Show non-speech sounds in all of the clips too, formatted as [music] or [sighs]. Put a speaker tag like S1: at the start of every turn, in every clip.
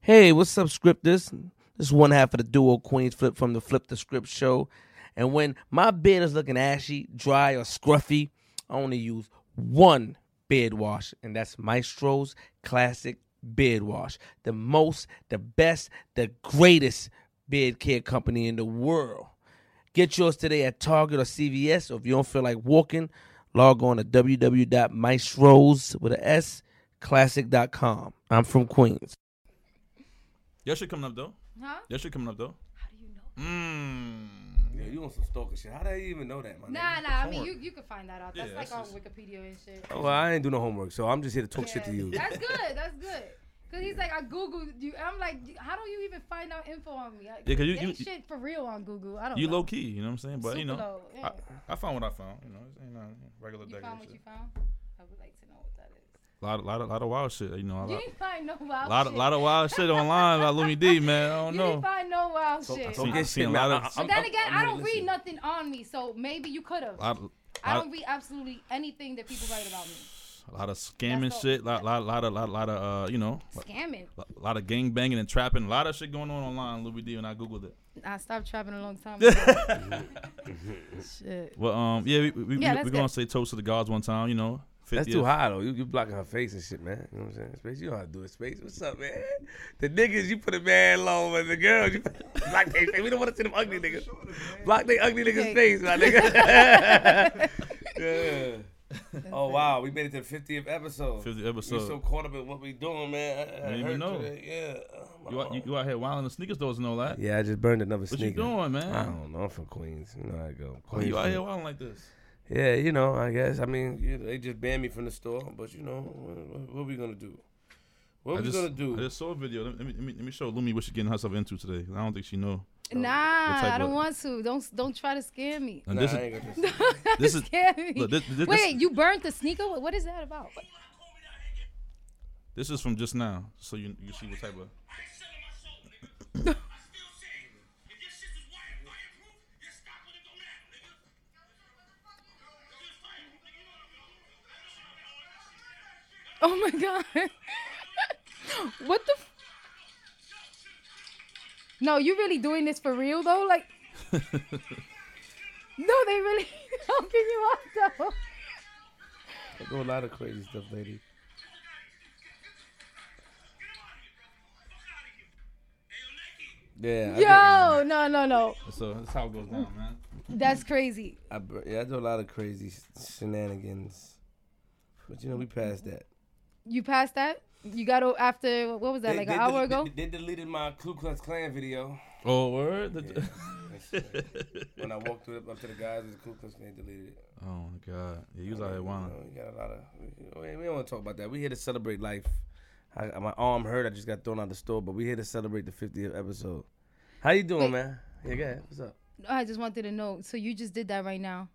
S1: Hey, what's up, scripters? This is one half of the duo Queens Flip from the Flip the Script show. And when my beard is looking ashy, dry, or scruffy, I only use one beard wash, and that's Maestro's Classic Beard Wash. The most, the best, the greatest beard care company in the world. Get yours today at Target or CVS, or if you don't feel like walking, log on to www.maestros with a S classic.com. I'm from Queens.
S2: Your shit coming up though.
S3: Huh?
S2: Your shit coming up though.
S3: How do you know?
S2: Mmm.
S1: Yeah, you on some stalker shit. How did I even know that, my
S3: Nah,
S1: nigga?
S3: nah. I mean,
S2: homework.
S3: you you can find that out.
S2: Yeah,
S3: That's like on
S2: that's
S3: Wikipedia and shit.
S1: Well, I ain't do no homework, so I'm just here to talk shit to
S3: Yeah,
S1: you. [laughs]
S3: That's good. That's good. Cause he's like, I googled you. I'm like, how do you even find out info on me? Like,
S2: Yeah, 'cause you-
S3: ain't
S2: you-
S3: shit for real on Google. I don't.
S2: You
S3: know.
S2: low key, you know what I'm saying? But you know,
S3: Super low, yeah.
S2: I, I found what I found. You know, it ain't nothing regular
S3: you
S2: decorative
S3: found what you
S2: shit.
S3: found. I would like to know what that is.
S2: Lot, lot, of- lot of wild shit. You know, a
S3: You
S2: lot,
S3: didn't find no wild
S2: lot,
S3: shit.
S2: of, lot of wild shit online about Lumi
S3: [laughs]
S2: D, man. I don't
S3: you
S2: know.
S3: didn't find no wild
S1: Talk-
S3: shit.
S1: talk
S2: Seen-
S1: your
S2: seen a
S1: shit,
S2: lot
S1: man.
S2: of-
S1: I-
S3: But
S1: I'm-
S3: then
S1: I'm-
S3: again,
S1: I'm
S3: I
S1: here
S3: don't
S1: to
S3: read
S1: listen.
S3: nothing on me, so maybe you could have.
S2: lot,
S3: I
S2: lot,
S3: don't read absolutely anything that people write about me.
S2: lot of scamming
S3: That's all-
S2: shit. Lot, lot, lot of, lot, lot of, uh, you know,
S3: Scamming.
S2: a lot of gang banging and trapping. A lot of shit going on online. Louis D. When I googled it.
S3: I stopped trapping a
S2: [laughs]
S3: long time ago. Shit.
S2: Well, um, yeah, we we,
S3: Yeah,
S2: we,
S3: that's
S2: we gonna
S3: good.
S2: say toast to the gods one time. You know, 50th.
S1: That's too high though. You, you blocking her face and shit, man. You know what I'm saying? Space, you know how to do it. Space, what's up, man? The niggas, you put a man low, but the girls, you put- [laughs] block they face. We don't want to see them ugly niggas. Block they ugly niggas'
S3: Okay.
S1: face, my nigga. yeah. Oh wow, we made it to the 50th episode.
S2: 50th episode.
S1: We so caught up in what we doing, man. I, I
S2: didn't even
S1: heard
S2: know.
S1: today. Yeah. Oh,
S2: You, out- you, you out here wilding the sneakers doors and all that.
S1: yeah, I just burned another
S2: What
S1: sneaker.
S2: you doing, man?
S1: I don't know. I'm from Queens. You know how I go.
S2: Why
S1: Queens
S2: you out
S1: shit.
S2: here wilding like this?
S1: Yeah, you know, I guess. I mean, you they just banned me from the store, but you know, what, what we gonna do? What
S2: I
S1: we
S2: just,
S1: gonna do?
S2: I just saw a video. Let me, let me, let me show Lumi what she's getting herself into today. I don't think she know.
S3: Nah,
S2: type
S3: I don't
S2: what?
S3: want to. Don't don't try to scare me.
S2: And [laughs]
S1: nah,
S2: this
S1: I
S2: is,
S1: ain't gonna
S3: [laughs]
S1: do
S2: this is
S3: Scare me.
S2: look, this- this-
S3: Wait,
S2: this-
S3: you burnt the sneaker? What- What is that about?
S2: this is from just now, so you you see what type of.
S4: I ain't selling my soul, nigga. I still say, if your shit is wire, fireproof, your stock would have gone down, nigga. Just fireproof, nigga. You know what I mean? I know what I mean. All that
S3: Oh
S4: shit.
S3: my god. [laughs] what the? F- no, you really doing this for real though?
S2: [laughs]
S3: Like, no, they really [laughs] don't give you up though.
S1: I do a lot of crazy stuff, lady.
S4: Get him out of here, bro. Fuck out of here. Hey, yo, Nike.
S1: Yeah. I
S3: Yo, no, no, no.
S2: So that's how it goes down, man.
S3: That's crazy.
S1: do, I bur- yeah, I do a lot of crazy s- shenanigans, but you know, we passed that.
S3: You passed that? You got o- after what was that? Like an hour
S1: del-
S3: ago?
S1: They, they deleted my Ku Klux Klan
S2: [laughs]
S1: video.
S2: Oh word. The-
S1: When I walked through the, up to the guys with the Ku Klux Klan, they deleted it. [laughs]
S2: oh my god. Yeah, you was out here
S1: You
S2: wilding.
S1: know, Oh, we got a lot of. We, we don't want to talk about that. We here to celebrate life. I, my arm hurt. I just got thrown out the store, but we here to celebrate the 50th episode. How you doing,
S3: Wait.
S1: man? Yeah, go ahead. What's up?
S3: I just wanted to know. So you just did that right now?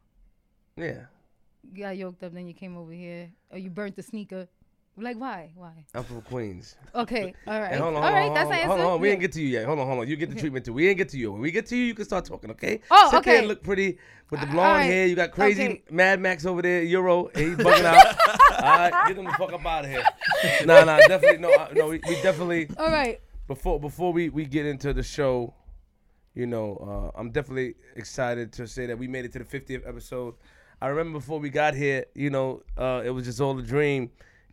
S1: Yeah,
S3: You got yoked up, then you came over here, or you burnt the sneaker? Like why? Why?
S1: I'm from Queens. [laughs]
S3: Okay, all right,
S1: Hey, hold on,
S3: all
S1: hold on,
S3: right.
S1: hold
S3: that's
S1: on,
S3: the answer.
S1: hold on, hold on. We
S3: Yeah.
S1: ain't get to you yet. Hold on, hold on. You get the treatment too. We ain't get to you. When we get to you, you can start talking, okay?
S3: Oh,
S1: Sit there and
S3: okay.
S1: look pretty with the
S3: Uh,
S1: blonde
S3: alright.
S1: hair. You got crazy
S3: Okay.
S1: Mad Max over there, Euro. and He
S3: [laughs]
S1: bugging out. All right, get him the fuck up out of here. Nah, nah, definitely no, I- no. We, we definitely
S3: [laughs] All right.
S1: before before we, we get into the show, you know, uh, I'm definitely excited to say that we made it to the 50th episode. I remember before we got here, you know, uh, it was just all a dream.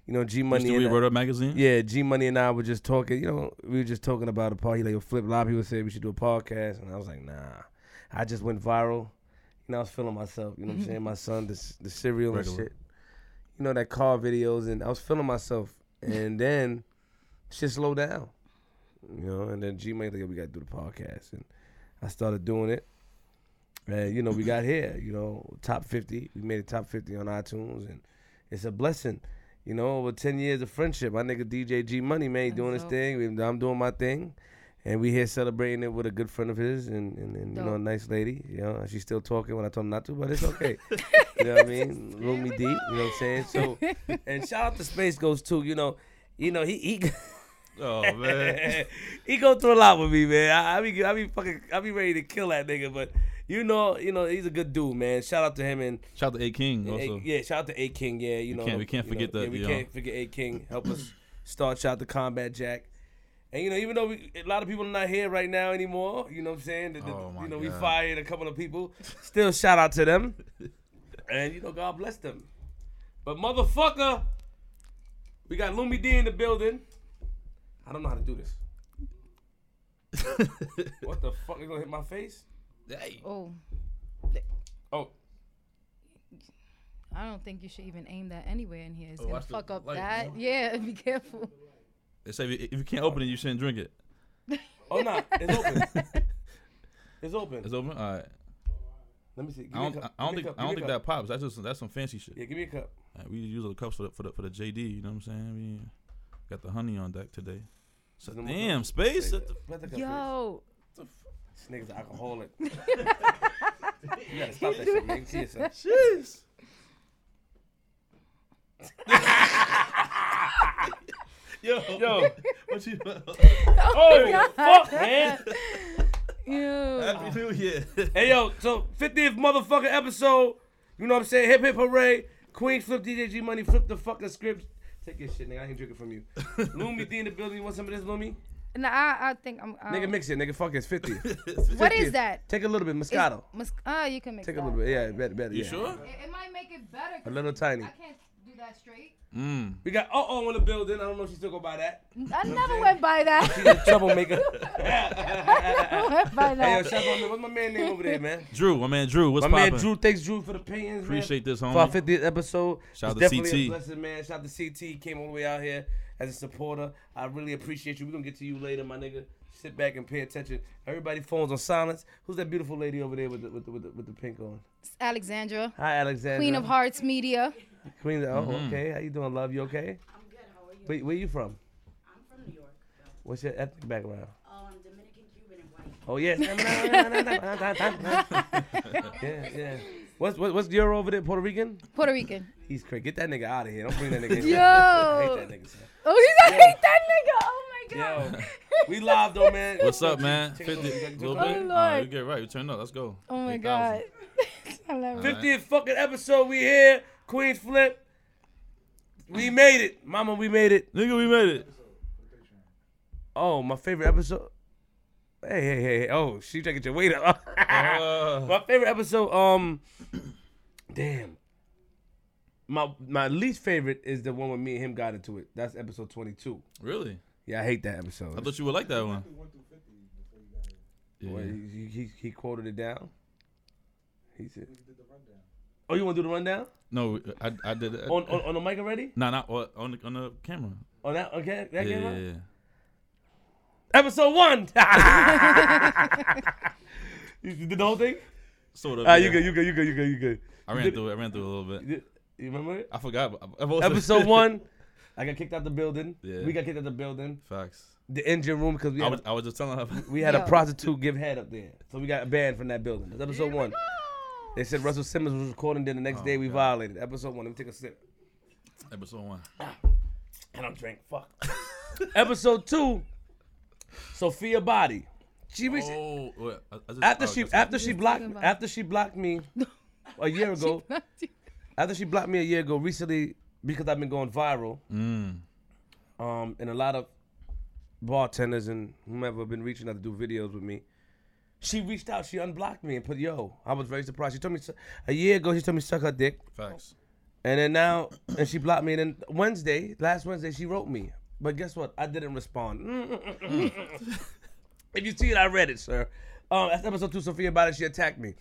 S1: You know, G
S2: Used
S1: Money.
S2: to read
S1: and
S2: Word Up magazine.
S1: yeah, G Money and I were just talking. You know, we were just talking about a party. Like, yo, Flip, a lot of people said we should do a podcast, and I was like, nah. I just went viral. You know, I was feeling myself. You know what I'm saying? My son, the, the cereal
S2: Regular.
S1: and shit. You know, that car videos, and I was feeling myself. And then shit slowed down. You know, and then G Money, like, yo, we got to do the podcast. And I started doing it. And, you know, we got here, you know, top 50. We made it top 50 on iTunes, and it's a blessing. You know, over 10 years of friendship. My nigga DJ G Money, man, he doing his
S3: dope.
S1: thing. We- I'm doing my thing. And we here celebrating it with a good friend of his and, and, and you know, a
S3: Dope.
S1: nice lady. You know, she's still talking when I told him not to, but
S3: [laughs]
S1: it's okay. you know what I mean? Roomy D, you know what I'm saying? So, and shout out to Space Ghost, too. You know, you know, he, he [laughs]
S2: Oh man.
S1: he go through a lot with me, man. I, I be I be fucking I be ready to kill that nigga, but you know, you know, he's a good dude, man. Shout out to him and
S2: Shout out to A King also.
S1: A- yeah, shout out to A King, yeah, you know.
S2: can't- we can't
S1: you know,
S2: forget that,
S1: yeah, we
S2: yeah.
S1: can't forget A King. Help us start shout out to Combat Jack. And you know, even though we, a lot of people are not here right now anymore, you know what I'm saying? The- the-
S2: Oh, my
S1: you know, we
S2: God.
S1: fired a couple of people. Still shout out
S2: [laughs]
S1: to them. And you know, God bless them. But motherfucker, we got Lumi D in the building. I don't know how to do this. What the fuck? You gonna hit my face?
S2: hey.
S3: Oh,
S1: Oh,
S3: I don't think you should even aim that anywhere in here. It's
S2: Oh,
S3: gonna
S2: that's the
S3: fuck up
S2: light,
S3: that.
S2: huh?
S3: Yeah, [laughs] be careful.
S2: [laughs] They say if if you can't open it, you shouldn't drink it.
S1: oh
S2: [laughs]
S1: no, it's open. It's open.
S2: It's open. All right.
S1: Let me see. Give
S2: I
S1: me a
S2: don't.
S1: cup.
S2: I don't
S1: Give me
S2: think.
S1: a cup.
S2: I don't
S1: Give
S2: think
S1: me a
S2: that pops. That's just. That's some fancy shit.
S1: cup. Yeah, give me a cup.
S2: Like, we use the cups for the, for the for the JD. You know what I'm saying? We got the honey on deck today. So
S1: There's no more
S2: damn
S1: cups.
S2: space.
S1: Yeah,
S2: What the-
S1: let the cup
S3: Yo,
S1: first. This nigga's
S3: [laughs]
S1: an alcoholic. you gotta stop that shit, man. You can see yourself.
S2: Jeez. yo,
S3: [laughs]
S1: Yo.
S2: what
S1: [laughs]
S2: you?
S1: Oh, fuck, man.
S3: ew.
S2: Happy New
S1: [laughs]
S2: Year.
S1: Hey, yo, so 50th motherfucking episode. You know what I'm saying? Hip hip hooray. Queen flip DJ G Money, flip the fucking script. Take your shit, nigga. I ain't drinking from you.
S2: [laughs]
S1: Lumi D in the building. You want some of this, Lumi?
S3: Nah, I, I think I'm. I
S1: Nigga,
S3: don't-
S1: mix it, nigga. Fuck it. It's 50.
S3: What is that?
S1: Take a little bit.
S3: It's
S1: Moscato.
S3: Mus- ah, you can mix
S1: Take a
S3: that.
S1: little bit. Yeah, better, better.
S2: You
S1: yeah.
S2: sure?
S3: It, it might make it better. 'cause
S1: little tiny.
S3: I can't do that straight.
S2: Mm.
S1: We got uh oh in the building. I don't know if she still go
S2: [laughs]
S1: by that.
S3: I never went by that. [laughs]
S1: She's a troublemaker.
S3: I went by
S1: [laughs] hey, yo,
S3: that.
S1: shout out to- what's my man name over there, man?
S2: Drew, my man Drew, what's
S1: My
S2: poppin'?
S1: man Drew, thanks Drew for the opinions.
S2: Appreciate this,
S1: man. for our
S2: homie.
S1: 50th episode.
S2: Shout
S1: it's
S2: out to
S1: definitely
S2: CT.
S1: a blessing, man. Shout out to CT. He Came all the way out here as a supporter. I really appreciate you. We're gonna get to you later, my nigga. Sit back and pay attention. Everybody phones on silence. Who's that beautiful lady over there with the with the, with the, with the pink on?
S3: It's Alexandra,
S1: Hi, Alexandra.
S3: Queen of Hearts Media.
S1: Queen of. Oh,
S2: Mm-hmm.
S1: okay. How you doing, love? You okay?
S5: I'm good. How are you?
S1: Wait, where you from?
S5: I'm from New York. though.
S1: What's your ethnic background?
S5: Oh, I'm Dominican, Cuban, and white.
S1: Oh yes.
S5: [laughs]
S1: yeah, [laughs] yeah. What's what, what's your over there? Puerto Rican?
S3: Puerto
S1: [laughs]
S3: Rican.
S1: He's crazy. Get that nigga out of here. Don't bring that nigga.
S5: [laughs]
S1: in.
S3: Yo.
S1: I hate that nigga. son.
S3: Oh, he's I hate that nigga. Oh my god.
S1: Yo, [laughs] we live though, man.
S2: What's up, man?
S1: Take Oh,
S2: 50,
S1: a look. You got-
S2: little
S1: you got-
S2: bit.
S3: Lord.
S2: Alright, you get right. You turn up. Let's go.
S3: Oh my
S2: 8,000.
S3: god. [laughs] I love it.
S1: 50th fucking episode. We here. Queen Flip. We made it, Mama. We made it.
S2: Nigga, we made
S1: [laughs]
S2: it.
S1: Oh, my favorite episode. Hey, hey, hey. hey. Oh, she taking your weight up. [laughs]
S2: Uh,
S1: my favorite episode. Um, [clears throat] damn. My my least favorite is the one when me and him got into it. That's episode 22.
S2: really?
S1: Yeah, I hate that episode.
S2: I thought you would like that one.
S1: Well,
S2: Yeah.
S1: he, he, he quoted it down. He said. Oh, you want to do the rundown
S2: No, I, I did it.
S1: on, on on the mic already?
S2: nah, not on on the, on the camera.
S1: On that okay that
S2: Yeah,
S1: came out?
S2: yeah, yeah. [laughs]
S1: Episode one. [laughs] you you did the whole thing?
S2: Sort of.
S1: Ah,
S2: yeah.
S1: you good? You good? You good? You good? You good?
S2: I ran through it. I ran through it a little bit.
S1: You you remember it?
S2: I forgot. but I- I've also- [laughs]
S1: [laughs] Episode one. I got kicked out the building.
S2: Yeah.
S1: We got kicked out the building.
S2: Facts.
S1: The engine room because we
S2: I
S1: had,
S2: was, I was just telling her.
S1: we had a
S3: Yo.
S1: prostitute give head up there, so we got banned from that building. That's episode one. They said Russell Simmons was recording. Then the next
S2: Oh,
S1: day we violated. Episode one. Let me take a sip.
S2: [laughs] Episode one.
S1: I don't drink.
S2: [laughs]
S1: Fuck. Episode two, Sophia Body. She reached
S2: Oh, wait, I, I just,
S1: after
S2: oh,
S1: she
S2: that's-
S1: after she blocked
S3: about-
S1: after she blocked me a
S3: [laughs]
S1: year ago. after she blocked me a year ago, recently because I've been going viral,
S2: Mm.
S1: um, and a lot of bartenders and whomever have been reaching out to do videos with me. She reached out. She unblocked me and put yo. I was very surprised. She told me a year ago. She told me suck her dick.
S2: Facts.
S1: And then now, and she blocked me. And then Wednesday, last Wednesday, she wrote me. But guess what? I didn't respond. [laughs] if you see it, I read it, sir. Um, that's episode two. Sophia about it. She attacked me.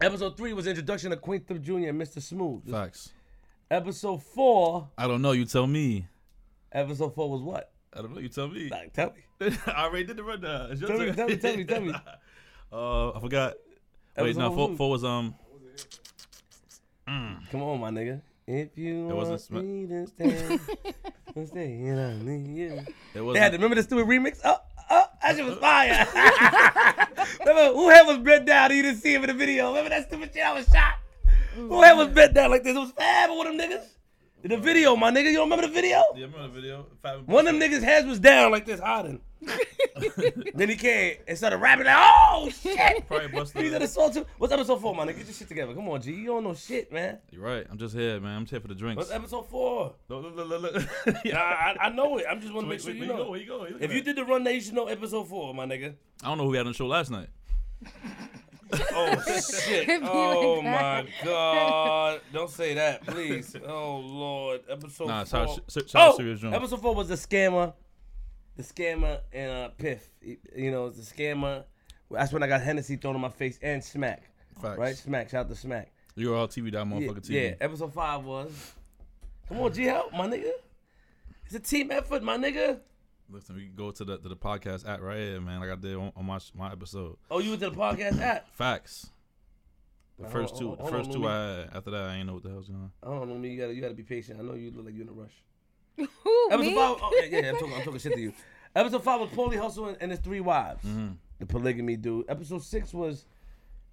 S1: Episode three was introduction of Queen Thip Jr. and Mr. Smooth.
S2: Facts.
S1: Episode four.
S2: I don't know. You tell me.
S1: Episode four was what?
S2: I don't know. You tell me.
S1: Like, tell me.
S2: [laughs] I already did the rundown. It's your
S1: Tell me,
S2: turn.
S1: tell me, tell me, tell me.
S2: [laughs] Uh, I forgot. Wait,
S1: Episode
S2: no,
S1: who?
S2: four, four was um.
S1: Come on, my nigga. If you
S2: It wasn't
S1: want
S2: sm- [laughs]
S1: me to stay, to stay, and I need you.
S2: It was.
S1: They had to remember the stupid remix. Oh, oh, that shit was fire. [laughs] remember, who head was bent down? You didn't see him in the video. Remember that stupid shit? I was shot. Who head was bent down like this? It was fab with them niggas. The video, my nigga. You don't remember the video?
S2: Yeah, remember the video? Five
S1: One of them niggas' heads was down like
S2: [laughs]
S1: this, hiding. then he came and started rapping. Like, oh shit!
S2: Probably
S1: [laughs]
S2: busted.
S1: He's
S2: her.
S1: at assault two. What's episode four, my nigga? Get your shit together. Come on, G. You don't know shit, man.
S2: You're right. I'm just here, man. I'm just here for the drinks.
S1: What's episode four?
S2: Look, look, look, look, look. [laughs]
S1: Nah, I, I know it. I'm just want to
S2: Wait,
S1: make sure
S2: wait,
S1: you
S2: where
S1: know.
S2: Where you go? Where you go?
S1: If you did the run, now you should know episode four, my nigga.
S2: I don't know who we had on the show last night.
S1: Oh shit!
S3: It'd be
S1: Oh
S3: like that.
S1: my god! Don't say that, please. Oh lord, episode
S2: Nah,
S1: four.
S2: shout out, shout out to
S1: oh,
S2: Serious Jones.
S1: episode four was the scammer, the scammer and uh, Piff. You know, the scammer. That's when I got Hennessy thrown in my face and Smack.
S2: Facts.
S1: Right, Smack. Shout out to Smack.
S2: You were all TV that
S1: Yeah,
S2: motherfucker
S1: yeah,
S2: TV.
S1: episode five was. Come on, G help, my nigga. It's a team effort, my nigga.
S2: Listen, we can go to the to the podcast app right here, man. Like I did on, on my sh- my episode.
S1: Oh, you went to the podcast app.
S2: Facts. The
S1: Hold
S2: first
S1: on,
S2: two,
S1: hold on,
S2: first
S1: hold
S2: two.
S1: on,
S2: I had. after that, I ain't know what the hell's going on.
S1: I don't know, me. You gotta, you gotta be patient. I know you look like you're in a rush.
S3: Who,
S1: Episode
S3: me?
S1: five. Oh, yeah, yeah, yeah, I'm talking, I'm talking shit to you. Episode five was Paulie Hustle and, and his three wives,
S2: Mm-hmm.
S1: the polygamy dude. Episode six was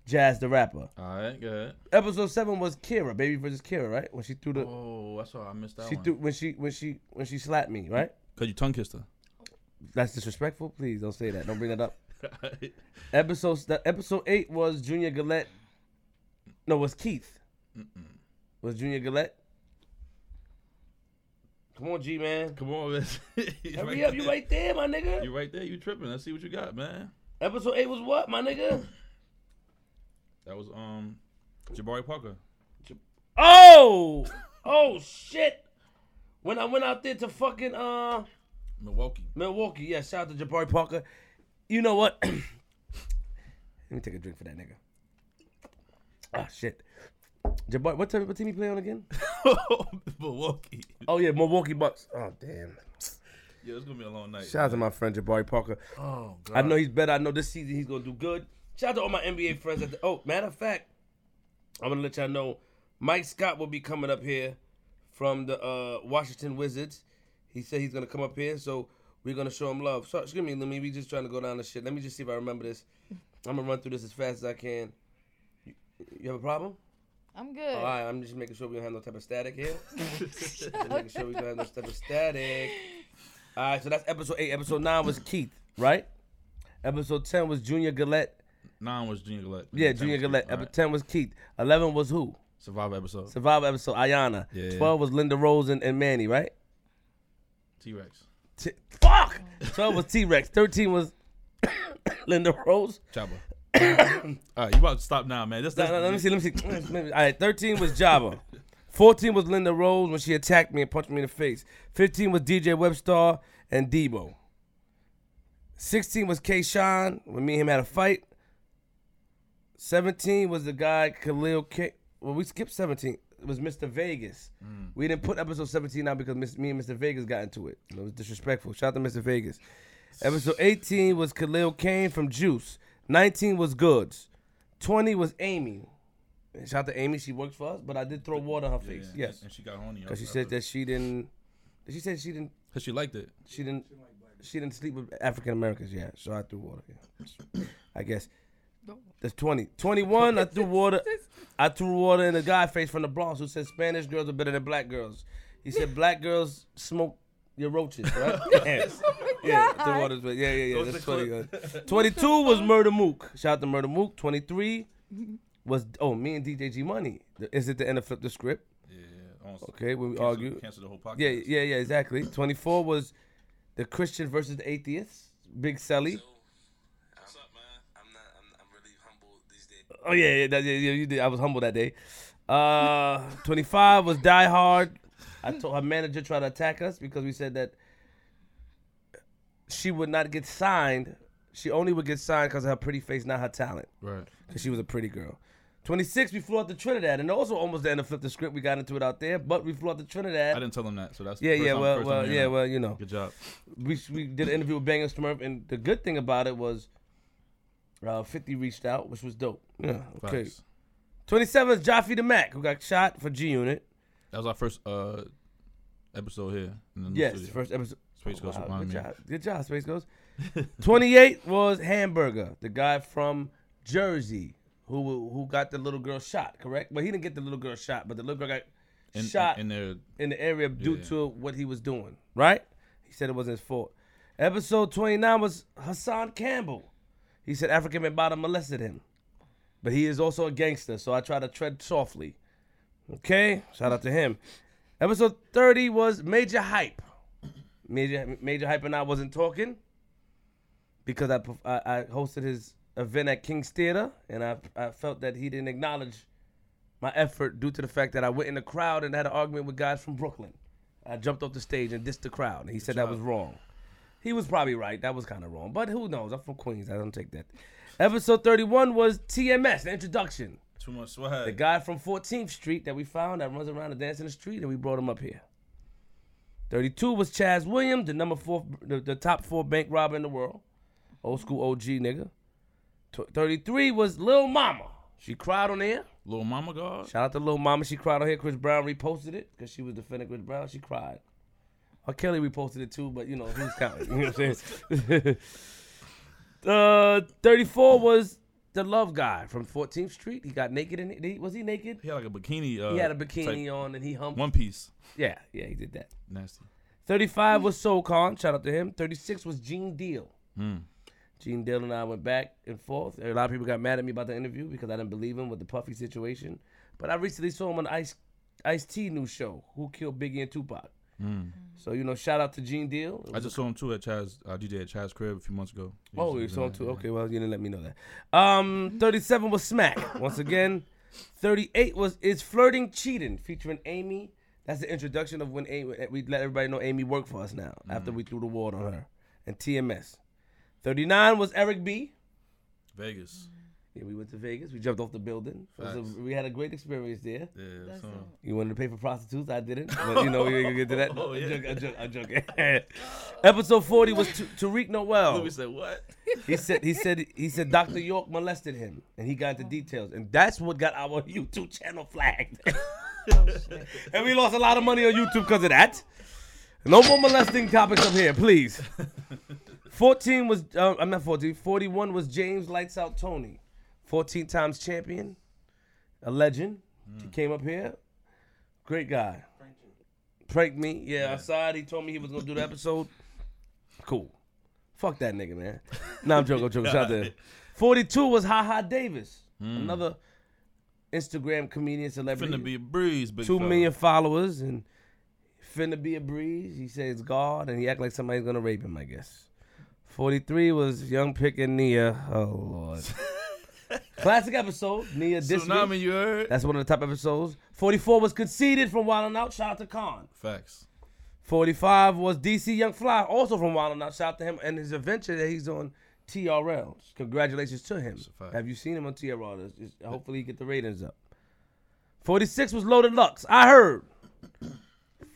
S1: Jazz the rapper.
S2: All right, good.
S1: Episode seven was Kira, baby versus Kira, right? When she threw the,
S2: Oh, that's all. I missed that
S1: she threw when she when she when she slapped me, right?
S2: [laughs] Cause you tongue kissed her.
S1: That's disrespectful. Please don't say that. Don't bring that up. Episode the episode eight was Junior Gillette. No, was Keith. Was Junior Gillette? Come on, G man.
S2: [laughs] Come on, man. [laughs] You
S1: Hurry
S2: right
S1: up, you
S2: there.
S1: right there, my nigga.
S2: You right there. You tripping? Let's see what you got, man.
S1: Episode eight was what,
S2: [laughs]
S1: my nigga?
S2: That was um, Jabari Parker.
S1: Oh, oh shit! When I went out there to fucking uh [laughs]
S2: Milwaukee.
S1: Milwaukee, yeah, shout out to Jabari Parker. You know what? [clears throat] Let me take a drink for that nigga. Ah shit. Jabari, what team, what team he play
S2: [laughs]
S1: on again?
S2: Milwaukee. [laughs]
S1: Oh yeah, Milwaukee Bucks. Oh damn.
S2: Yeah, it's gonna be a long night.
S1: Shout out to my friend Jabari Parker.
S2: Oh God.
S1: I know he's better. I know this season he's gonna do good. Shout out to all my NBA friends. At the, oh, matter of fact, I'm gonna let y'all know Mike Scott will be coming up here from the uh, Washington Wizards. He said he's gonna come up here, so we're gonna show him love. So excuse me, Lumi, we just trying to go down the shit. Let me just see if I remember this. I'm gonna run through this as fast as I can. You, you have a problem?
S3: I'm good.
S1: All right, I'm just making sure we don't have no type of static here. Just making sure we don't have no type of static. All right, so that's episode eight. Episode nine was Keith, right? Episode ten was Junior Gillette.
S2: Nine was Junior Gillette.
S1: Yeah,
S2: Ten
S1: Junior
S2: was-
S1: Gillette.
S2: all
S1: Episode
S2: right.
S1: ten was Keith. Eleven was who?
S2: Survivor episode.
S1: Survivor episode Ayana.
S2: Yeah, yeah.
S1: Twelve was Linda Rose and, and Manny, right?
S2: T Rex.
S1: T- fuck. Twelve was T Rex. Thirteen was [coughs] Linda Rose. [coughs]
S2: Chopper. all right, you about to stop now, man. Just,
S1: No, no, let me see. Let me see. All right, thirteen was Java. Fourteen was Linda Rose when she attacked me and punched me in the face. Fifteen was DJ Webstar and Debo. Sixteen was K. Sean when me and him had a fight. Seventeen was the guy Khalil K. Well, we skipped seventeen. It was Mr. Vegas. We didn't put episode seventeen out because Miss- me and Mr. Vegas got into it. It was disrespectful. Shout out to Mr. Vegas. Episode 18 was Khalil Kane from Juice. 19 was Goods. 20 was Amy. And Shout out to Amy. She works for us, but I did throw water on her face. Yes.
S2: And she got horny.
S1: Because she said that she didn't. She said she didn't.
S2: Cause she liked it.
S1: She didn't. She didn't sleep with African Americans. Yeah. So I threw water. yeah. I guess. That's 20. 21, I threw water. I threw water in the guy face from the Bronx who said Spanish girls are better than black girls. He said black girls smoke your roaches, right? [laughs] yeah. yeah, throw water in his face. yeah, yeah, yeah.
S2: Those
S1: That's
S2: are
S1: 20.
S2: [laughs]
S1: uh, 22 was Murder Mook. Shout out to Murder Mook. 23 was, oh, me and DJ G Money. Is it the end of Flip the Script?
S2: Yeah. almost
S1: Okay, when we
S2: cancel-
S1: argue.
S2: Cancel the whole podcast.
S1: Yeah, yeah, yeah, exactly. 24 was the Christian versus the atheists. Big Sally.
S6: What's up, man? I'm not. I'm, I'm really humbled these days.
S1: Oh yeah, yeah, that, yeah, yeah, you did. I was humble that day. Uh, 25 was Die Hard. I told her manager tried to attack us because we said that she would not get signed. She only would get signed because of her pretty face, not her talent,
S2: Right.
S1: because she was a pretty girl. 26, we flew out to Trinidad, and also almost the end of flip the script. We got into it out there, but we flew out to
S2: I
S1: Trinidad.
S2: didn't tell him that, so that's
S1: Yeah,
S2: first
S1: yeah,
S2: time-
S1: well,
S2: first time
S1: well,
S2: hearing
S1: yeah,
S2: that.
S1: well, you know
S2: Good job.
S1: we we did an interview with Bang and Smurf, and the good thing about it was uh, 50 reached out, which was dope. Yeah, okay.
S2: Facts.
S1: 27 is Joffy the Mac, who got shot for G Unit.
S2: That was our first uh episode here. In the new
S1: Yes,
S2: studio.
S1: first episode.
S2: Space Ghost
S1: Wow,
S2: behind
S1: good
S2: me.
S1: job, good job, Space
S2: [laughs]
S1: Ghost. 28 was Hamburger, the guy from Jersey who who got the little girl shot, correct? Well, he didn't get the little girl shot, but the little girl got
S2: in,
S1: shot
S2: in, in their
S1: in the area due
S2: Yeah.
S1: to what he was doing, right? He said it wasn't his fault. Episode 29 was Hassan Campbell. He said African men bottom molested him. But he is also a gangster, so I try to tread softly. Okay? Shout out to him. Episode 30 was Major Hype. Major Major Hype and I wasn't talking because I perf- I, I hosted his event at King's Theater and I, I felt that he didn't acknowledge my effort due to the fact that I went in the crowd and had an argument with guys from Brooklyn. I jumped off the stage and dissed the crowd. He said that was wrong. He was probably right. That was kind of wrong. But who knows? I'm from Queens. I don't take that. Episode 31 was TMS, the introduction.
S2: too much swag.
S1: The guy from 14th Street that we found that runs around and dance in the street, and we brought him up here. 32 was Chaz Williams, the number four, the, the top four bank robber in the world. Old school OG nigga. Tw 33 was Lil Mama. She cried on air.
S2: Little mama god.
S1: Shout out to Lil Mama. She cried on here. Chris Brown reposted it because she was defending Chris Brown. She cried. R. Kelly reposted it too, but you know, who's counting? [laughs] You know what I'm saying? [laughs] uh, 34 was the love guy from 14th Street. He got naked in it. Was he naked?
S2: He had like a bikini. Uh,
S1: He had a bikini
S2: type-
S1: on and he humped.
S2: One piece.
S1: Yeah, yeah, he did that.
S2: Nasty.
S1: 35 was Soul Khan. Shout out to him. 36 was Gene Deal.
S2: Mm.
S1: Gene Deal and I went back and forth. A lot of people got mad at me about the interview because I didn't believe him with the Puffy situation. But I recently saw him on Ice Ice T new show, Who Killed Biggie and Tupac.
S2: Mm.
S1: So you know, shout out to Gene Deal.
S2: I just saw him too at Chaz. Uh, DJ at Chaz crib a few months ago. He
S1: Oh,
S2: was-
S1: you
S2: he was
S1: saw
S2: in
S1: him
S2: there,
S1: too.
S2: yeah.
S1: Okay, well you didn't let me know that. Um, thirty-seven was Smack once again. Thirty-eight was is flirting cheating featuring Amy. That's the introduction of when Amy, we let everybody know Amy worked for us now after we threw the ward on her and TMS. Thirty-nine was Eric B.
S2: Vegas.
S1: Yeah, we went to Vegas. We jumped off the building. It was a-
S2: Facts.
S1: we had a great experience there.
S2: Yeah.
S3: That's
S2: so-
S3: it.
S1: You wanted to pay for prostitutes, I didn't. But you know, we ain't gonna get to that.
S2: [laughs] Oh, yeah.
S1: I joke, I joke, I joke. [laughs] Episode forty was T- Tariq Noel.
S2: Louis said what?
S1: [laughs] He said he said he said Dr. York molested him and he got the details. And that's what got our [laughs] YouTube channel flagged. [laughs] and we lost a lot of money on YouTube because of that. No more molesting topics up here, please.
S2: [laughs]
S1: 14 was uh, I'm not 14. 41 was James Lights Out Tony. 14 times champion, a legend. He
S2: Hmm.
S1: came up here. Great guy. Pranked me. Yeah, I saw it. He told me he was gonna do the episode. Cool. Fuck that nigga, man. Nah, I'm joking. I'm joking. Shout
S2: [laughs]
S1: out to him. 42 was Ha Ha Davis, another Instagram comedian celebrity.
S2: Hmm. Finna be a breeze, big
S1: Two
S2: fella.
S1: million followers and finna be a breeze. He says God and he act like somebody's gonna rape him, I guess. 43 was Young Pick and Nia. Oh
S2: [laughs]
S1: Lord. Classic episode. Nia this
S2: Tsunami, you heard?
S1: That's one of the top episodes. 44 was Conceited from Wild and Out. Shout out to Khan.
S2: Facts.
S1: 45 was DC Young Fly, also from Wild and Out. Shout out to him and his adventure that he's on TRL. Congratulations to him.
S2: a fact.
S1: Have you seen him on TRL? It's- it's- hopefully, he get the ratings up. 46 was Loaded Lux. I heard.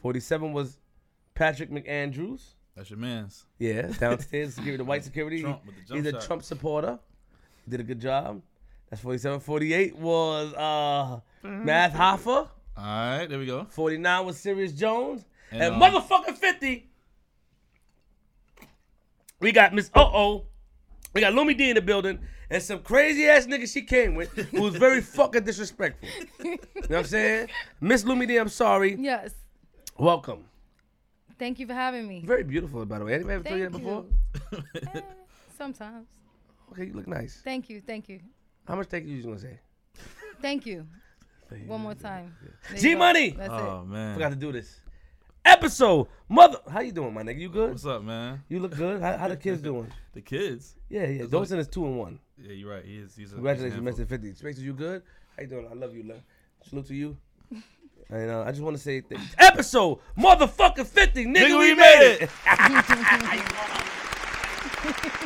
S1: 47 was Patrick McAndrews.
S2: That's your man's.
S1: Yeah, downstairs, security,
S2: [laughs]
S1: the white security.
S2: Trump with the jump
S1: He's a
S2: shot.
S1: Trump supporter. Did a good job. That's 47. 48 was uh, Math Hoffa.
S2: All right, there we go.
S1: 49 was Sirius Jones. And,
S2: And, um,
S1: motherfucking 50. We got Miss Uh Oh. We got Lumi D in the building and some crazy ass nigga she came with who was very fucking disrespectful. You know what I'm saying? Miss Lumi D, I'm sorry.
S3: Yes.
S1: Welcome.
S3: Thank you for having me.
S1: Very beautiful, by the way. Anybody ever told
S3: Thank
S1: you
S3: you.
S1: that before?
S3: Eh, sometimes.
S1: Okay, you look nice.
S3: Thank you. Thank you.
S1: How much thank you you gonna say?
S3: Thank you. One more time. There you
S1: G
S3: go.
S1: Money!
S3: That's
S2: Oh man.
S1: Forgot to do this. Episode, mother. How you doing, my nigga? You good?
S2: What's up, man?
S1: You look good. How, how the kids doing?
S2: The kids.
S1: Yeah, yeah. Dawson is two and one.
S2: Yeah, you're right. He is. He's a,
S1: Congratulations,
S2: he's a
S1: Mr. 50. Spencer, you good? How you doing? I love you, love. Salute to you. [laughs] And uh, I just want to say th- episode motherfucking 50. Nigga, we, made it. [laughs]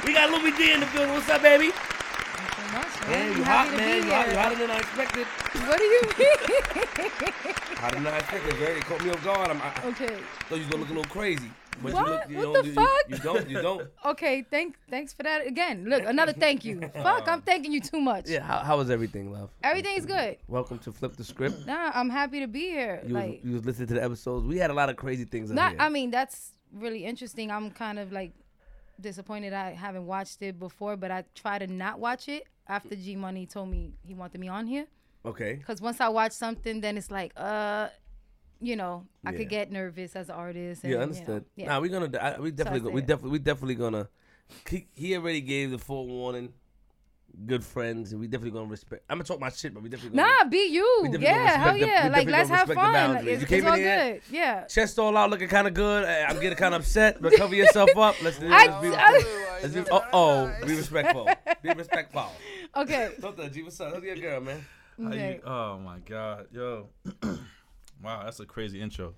S1: we got Louis D in the building. What's up, baby?
S3: it. Thank you so much, man.
S1: Man,
S3: I'm
S1: you
S3: happy
S1: hot,
S3: to be
S1: man. You hot,
S3: here.
S1: you hotter than I expected.
S3: [laughs] What do you mean?
S1: Hotter than I expected. Girl, they caught me off guard. I'm, I,
S3: [laughs]
S1: I
S3: okay.
S1: thought you was going to look a little crazy. But
S3: What?
S1: You look, you
S3: What
S1: don't,
S3: the
S1: you,
S3: fuck?
S1: You, you don't, you don't.
S3: Okay. Thank. Thanks for that again. Look, another thank you. Fuck, I'm thanking you too much.
S1: [laughs] Yeah, how, how was everything, love?
S3: Everything's good.
S1: Welcome to Flip the Script.
S3: Nah, I'm happy to be here.
S1: You,
S3: like,
S1: was, you was listening to the episodes. We had a lot of crazy things. up
S3: not.
S1: here.
S3: I mean, that's really interesting. I'm kind of like disappointed I haven't watched it before, but I try to not watch it after G Money told me he wanted me on here.
S1: okay.
S3: Cause once I watch something, then it's like, uh, you know, I
S1: Yeah.
S3: could get nervous as an artist. And, you
S1: Yeah,
S3: know,
S1: understood.
S3: yeah.
S1: Nah, we're gonna. I, we definitely.
S3: I
S1: go, we
S3: said-
S1: definitely. We definitely gonna. He, he already gave the forewarning. Good friends, and we definitely gonna respect. I'm gonna talk my shit, but we definitely. Gonna
S3: Nah, be you.
S1: definitely gonna
S3: Yeah, hell
S1: respect the-
S3: yeah.
S1: we
S3: like,
S1: definitely
S3: let's
S1: gonna
S3: have
S1: respect the
S3: fun.
S1: boundaries.
S3: It's,
S1: You came
S3: it's
S1: in
S3: all
S1: here-
S3: good. Yeah.
S1: Chest all out, looking kind of good. I- I'm getting kind of upset, but cover yourself up. Let's,
S3: [laughs]
S1: let's
S3: I-
S1: be.
S3: I-
S1: let's be uh oh, be respectful.
S3: [laughs]
S1: be respectful.
S3: Okay.
S1: What's up, G? What's up? How's your girl, man?
S2: How you-
S3: Okay.
S2: oh my God, yo! [clears throat] wow, that's a crazy intro.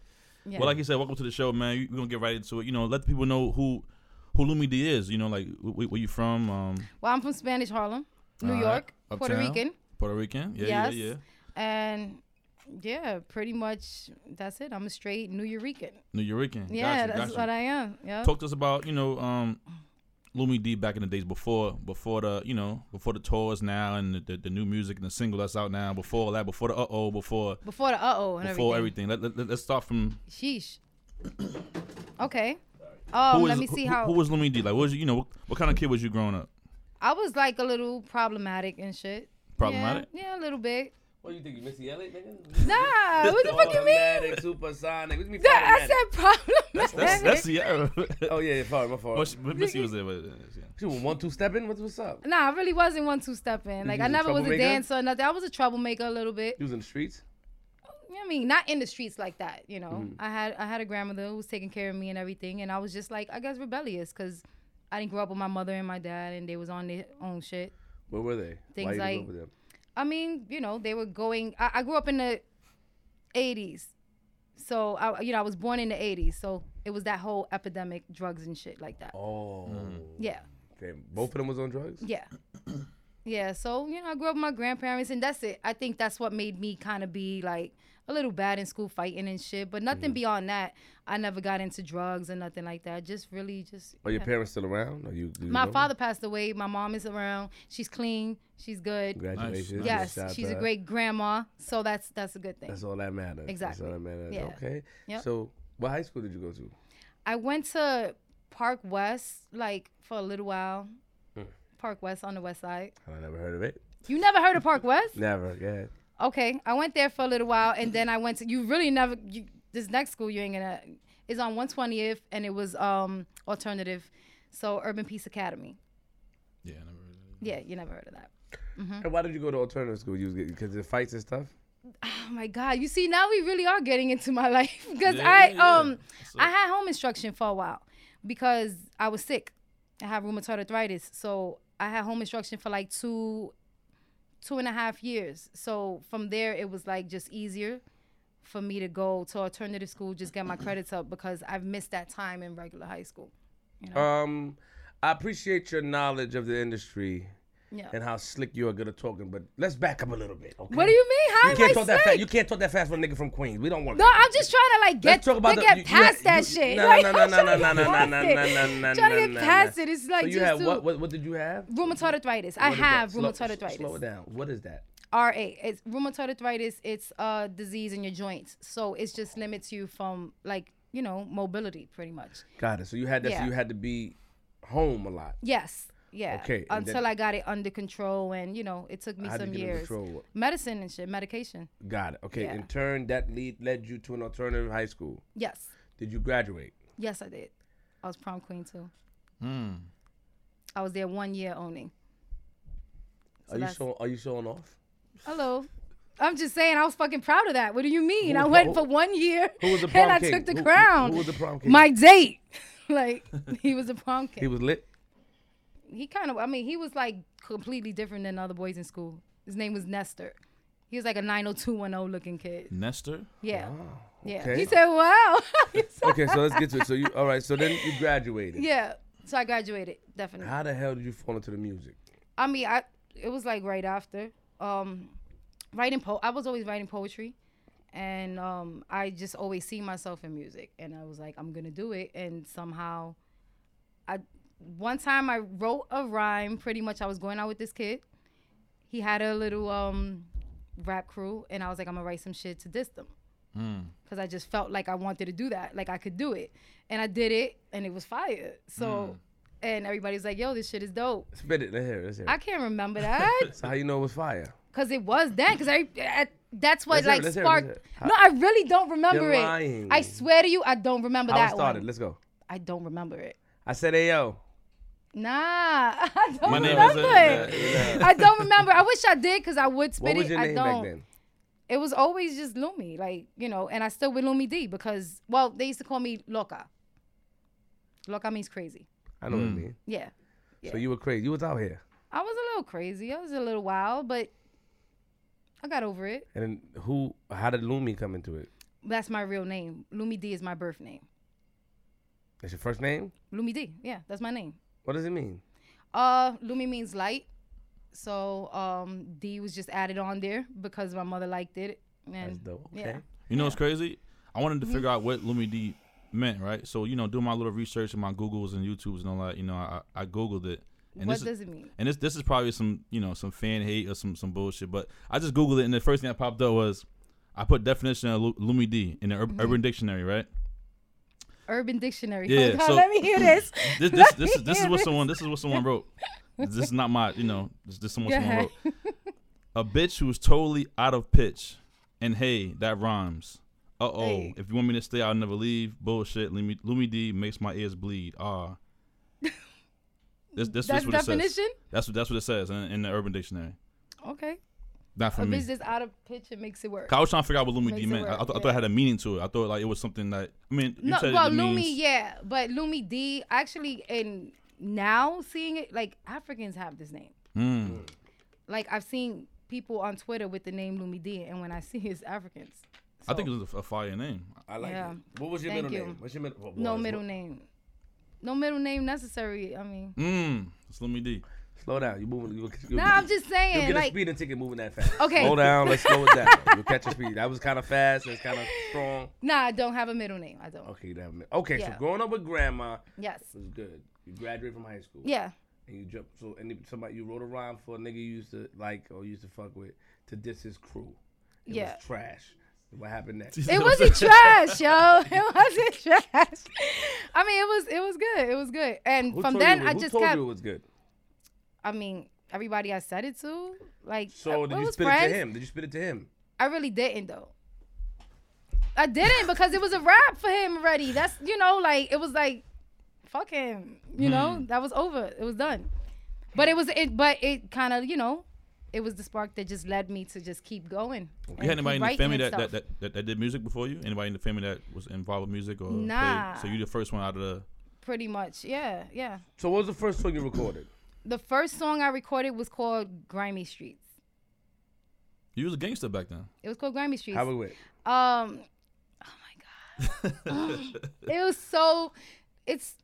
S3: Yeah.
S2: Well, like you said, welcome to the show, man. You- We're gonna get right into it. You know, let the people know who who Lumi D is. You know, like wh- wh- where you from? Um,
S3: Well, I'm from Spanish Harlem,
S2: All
S3: New
S2: right.
S3: York, Puerto
S2: Uh-huh. Uptown.
S3: Rican,
S2: Puerto Rican. Yeah,
S3: Yes.
S2: yeah, yeah.
S3: and yeah, pretty much that's it. I'm a straight New Yorican.
S2: New Yorican.
S3: Yeah,
S2: Gotcha,
S3: that's
S2: gotcha.
S3: what I am. Yeah.
S2: Talk to us about you know um, Lumi D back in the days before before the you know before the tours now and the, the, the new music and the single that's out now before all that before the uh oh before
S3: Before the uh oh and
S2: before
S3: everything.
S2: everything. Let, let, us start from
S3: Sheesh. [coughs] okay. Um,
S2: who
S3: let
S2: is-
S3: me see
S2: who,
S3: how
S2: who was Lumi D like. What was you you know what, what kind of kid was you growing up?
S3: I was like a little problematic and shit. Yeah,
S2: Problematic?
S3: Yeah, a
S2: [laughs]
S3: little bit.
S1: What do you think, you Missy Elliott, nigga?
S3: Nah, what the fuck you mean?
S1: Automatic, supersonic. What you mean?
S3: That- I
S1: automatic?
S3: said problematic.
S2: That's that's yeah.
S3: [laughs]
S1: Oh yeah, yeah, sorry, my fault.
S2: Well, she, but Missy was there. But, uh, yeah.
S1: She was one two stepping. What's what's up?
S3: Nah, I really wasn't one two stepping. Like
S1: you
S3: I
S1: was a
S3: never was a
S1: troublemaker?
S3: dancer or nothing. I was a troublemaker a little bit.
S1: He was in the streets.
S3: You know what I mean, not in the streets like that. You know, I had I had a grandmother who was taking care of me and everything, and I was just like I guess rebellious because I didn't grow up with my mother and my dad, and they was on their own shit.
S1: Where were they?
S3: Things
S1: Why you
S3: like-
S1: grew up with them?
S3: I mean, you know, they were going. I, I grew up in the '80s, so I, you know, I was born in the '80s, so it was that whole epidemic, drugs and shit like that.
S1: Oh,
S3: Yeah,
S1: damn. Both of them was on drugs.
S3: yeah, yeah. So you know, I grew up with my grandparents, and that's it. I think that's what made me kind of be like a little bad in school, fighting and shit. But nothing beyond that. I never got into drugs or nothing like that. Just really, just
S1: Are your
S3: yeah.
S1: parents still around? Are you? do you
S3: My
S1: know?
S3: father passed away. My mom is around. She's clean. She's good.
S1: Congratulations.
S3: Yes,
S1: Shout out
S3: she's
S1: to
S3: a
S1: her.
S3: great grandma. So that's that's a good thing.
S1: That's all that matters.
S3: Exactly.
S1: That's all that matters.
S3: Yeah.
S1: Okay.
S3: Yep.
S1: So, what high school did you go to?
S3: I went to Park West like for a little while.
S1: Hmm.
S3: Park West on the West Side.
S1: I never heard of it.
S3: You never heard of Park West?
S1: Never. Yeah.
S3: Okay, I went there for a little while, and then I went to. You really never. You, this next school you ain't gonna is on 120th, and it was um alternative, so Urban Peace Academy.
S2: Yeah, I never really-
S3: Yeah, you never heard of that. Mm-hmm.
S1: And why did you go to alternative school? You was because the fights and stuff.
S3: Oh my God! You see, now we really are getting into my [laughs] life because
S2: Yeah,
S3: I
S2: yeah, yeah.
S3: um
S2: That's
S3: I
S2: it.
S3: had home instruction for a while because I was sick. I had rheumatoid arthritis, so I had home instruction for like two, two and a half years. So from there, it was like just easier for me to go to alternative school, just get my credits up because I've missed that time in regular high school.
S1: Um, I appreciate your knowledge of the industry
S3: Yeah.
S1: and how slick you are good at talking, but let's back up a little bit. Okay.
S3: What do you mean? How
S1: You
S3: am
S1: can't
S3: I
S1: talk that fast.
S3: sick?
S1: You can't talk that fast for a nigga from Queens. We don't want.
S3: No, I'm just trying to like get
S1: Let's talk about
S3: to
S1: the-
S3: get
S1: you- you
S3: past
S1: had-
S3: that
S1: you-
S3: shit.
S1: no,
S3: Like,
S1: no, no,
S3: I'm
S1: no,
S3: trying to
S1: no,
S3: get
S1: no,
S3: past
S1: no,
S3: it.
S1: no, no, no,
S3: Trying
S1: no,
S3: to
S1: no,
S3: get
S1: no.
S3: past it. It's like
S1: So you
S3: just
S1: had
S3: too-
S1: what, what? What did you have?
S3: rheumatoid arthritis. I
S1: What is that?
S3: have
S1: Slow-
S3: rheumatoid arthritis.
S1: Slow it down. What is that?
S3: RA. It's rheumatoid arthritis. It's a disease in your joints, so it just limits you from like you know mobility, pretty much.
S1: Got it. So you had that. So
S3: Yeah.
S1: you had to be home a lot.
S3: Yes. Yeah.
S1: Okay, and
S3: Until
S1: then-
S3: I got it under control, and you know, it took me
S1: How did
S3: some
S1: you get under
S3: years.
S1: control?
S3: Medicine and shit, medication.
S1: Got it. Okay.
S3: Yeah.
S1: In turn, that lead led you to an alternative high school.
S3: Yes.
S1: Did you graduate?
S3: Yes, I did. I was prom queen too.
S2: Mm.
S3: I was there one year only. So
S1: are you
S3: that's-
S1: show, Are you showing off?
S3: Hello. I'm just saying, I was fucking proud of that. What do you mean?
S1: Who-
S3: I went
S1: who-
S3: for one year
S1: Who was the prom
S3: [laughs] and I
S1: king?
S3: took the
S1: Who- who-
S3: crown.
S1: Who, was the prom king?
S3: My date. [laughs]
S1: [laughs]
S3: like, he was a prom king.
S1: He was lit.
S3: he kind of i mean he was like completely different than other boys in school his name was nestor he was like a 90210 looking kid
S2: Nestor.
S3: yeah yeah
S1: okay.
S3: he said wow [laughs]
S1: Okay. So let's get to it. So you. All right. So then you graduated.
S3: yeah so i graduated definitely
S1: How the hell did you fall into the music?
S3: i mean i it was like right after um writing po i was always writing poetry and um i just always see myself in music and i was like i'm gonna do it and somehow i one time i wrote a rhyme pretty much i was going out with this kid he had a little um rap crew and i was like i'm gonna write some shit to diss them because i just felt like i wanted to do that like i could do it and i did it and it was fire so and everybody's like yo this shit is dope
S1: Spit it. Let's hear it. Let's hear it. [laughs]
S3: I can't remember that
S1: so how you know it was fire?
S3: because it was that because I at that's what
S1: Let's hear it,
S3: like
S1: let's hear it, let's
S3: sparked.
S1: hear it.
S3: No, I really don't remember
S1: You're
S3: it.
S1: lying.
S3: I swear to you, I don't remember
S1: How it
S3: that
S1: started?
S3: one.
S1: Let's go.
S3: I don't remember it.
S1: I said, "Hey yo,
S3: Nah, [laughs] I don't
S2: My name is- uh,
S3: remember it. I don't remember. I wish I did because I would spit
S1: what was
S3: it.
S1: your
S3: I
S1: name
S3: don't.
S1: back then?"
S3: It was always just Lumi, like you know, and I still with Lumi D because well, they used to call me Loca. Loca means crazy.
S1: I know what it mean.
S3: Yeah,
S1: So you were crazy. You was out here,
S3: I was a little crazy. I was a little wild, but I got over it.
S1: and then who? How did Lumi come into it?
S3: That's my real name. Lumi D is my birth name.
S1: That's your first name.
S3: Lumi D. Yeah, that's my name.
S1: What does it mean?
S3: Uh, Lumi means light. So um, D was just added on there because my mother liked it. And
S1: That's dope. Okay.
S3: Yeah. Mm-hmm.
S2: You know what's crazy? I wanted to figure out what Lumi D meant, right? So you know, doing my little research and my Googles and YouTubes and all that, you know, I, I googled it. And
S3: what
S2: this is-
S3: does it mean?
S2: and this this is probably some you know some fan hate or some some bullshit. But I just googled it, and the first thing that popped up was I put definition of Lu- Lumi D in the Ur-
S3: Mm.
S2: Urban Dictionary, right?
S3: Urban Dictionary. [laughs]
S2: Yeah,
S3: Hold on,
S2: so-
S3: let me hear this.
S2: [laughs] This this
S3: Let
S2: this,
S3: me
S2: is this is
S3: hear
S2: what
S3: this.
S2: someone this is what someone wrote. This is not my you know this, this is someone
S3: Go
S2: someone
S3: ahead.
S2: wrote. A bitch who's totally out of pitch, and hey, that rhymes. Uh oh,
S3: Hey.
S2: if you want me to stay, I'll never leave. Bullshit, Lumi, Lumi D makes my ears bleed.
S3: [laughs]
S2: Ah. This, this,
S3: That's
S2: this what It says.
S3: definition.
S2: That's what that's what it says in, in the Urban Dictionary.
S3: Okay.
S2: Not for
S3: A
S2: me.
S3: bitch that's out of pitch it makes it work.
S2: 'Cause I was trying to figure out what Lumi
S3: Makes
S2: D
S3: it
S2: meant. I, I,
S3: work,
S2: thought I thought
S3: yeah.
S2: it had a meaning to it. I thought like it was something that I mean. You
S3: no,
S2: said
S3: well,
S2: it means,
S3: Lumi, yeah, but Lumi D actually, and now seeing it, like Africans have this name.
S2: Mm.
S3: Like I've seen people on Twitter with the name Lumi D, and when I see it's Africans.
S2: I think
S3: So,
S2: it was a, a fire name.
S1: I like
S3: Yeah.
S1: What was your
S3: Thank
S1: middle
S3: you.
S1: name? What's your middle? what
S3: no
S1: was-
S3: middle name. No middle name necessary. I mean,
S2: Mm. It's Lumi D.
S1: Slow down. You moving? You, you,
S3: nah, I'm just
S1: You'll
S3: saying,
S1: get a
S3: like,
S1: speeding ticket moving that fast.
S3: Okay.
S1: Slow down. Let's slow
S3: [laughs]
S1: it down. You'll catch a speed. That was kind of fast. It's kind of strong.
S3: nah, I don't have a middle name. I don't.
S1: Okay. That, okay. So
S3: Yeah.
S1: growing up with grandma
S3: Yes.
S1: was good. You graduated from high school.
S3: Yeah.
S1: And you jump. So and if somebody you wrote a rhyme for a nigga you used to like or used to fuck with to diss his crew. It
S3: Yeah.
S1: was trash. What happened next?
S3: It
S1: [laughs]
S3: wasn't trash, yo. It wasn't trash. I mean, it was it was good. It was good. And
S1: Who
S3: from
S1: told
S3: then,
S1: you,
S3: I
S1: who
S3: just
S1: told
S3: kept.
S1: you it was good.
S3: I mean, everybody I said it to, like,
S1: So
S3: uh,
S1: did
S3: it
S1: you
S3: was
S1: spit it
S3: friends.
S1: to him? Did you spit it to him?
S3: I really didn't though. I didn't because it was a wrap for him already. That's you know, like it was like, fuck him. You
S2: Hmm.
S3: know, that was over. It was done. But it was it. But it kind of you know, it was the spark that just led me to just keep going.
S2: You had anybody in the family that
S3: that,
S2: that, that, that that did music before you? Anybody in the family that was involved with music or
S3: Nah.
S2: played? So you the first one out of the.
S3: pretty much yeah yeah.
S1: So what was the first song you recorded?
S3: The first song I recorded was called Grimy Streets.
S2: You was a gangster back then.
S3: It was called Grimy Streets.
S1: How it went?
S3: Um,
S1: [laughs]
S3: oh my god, it was so. It's.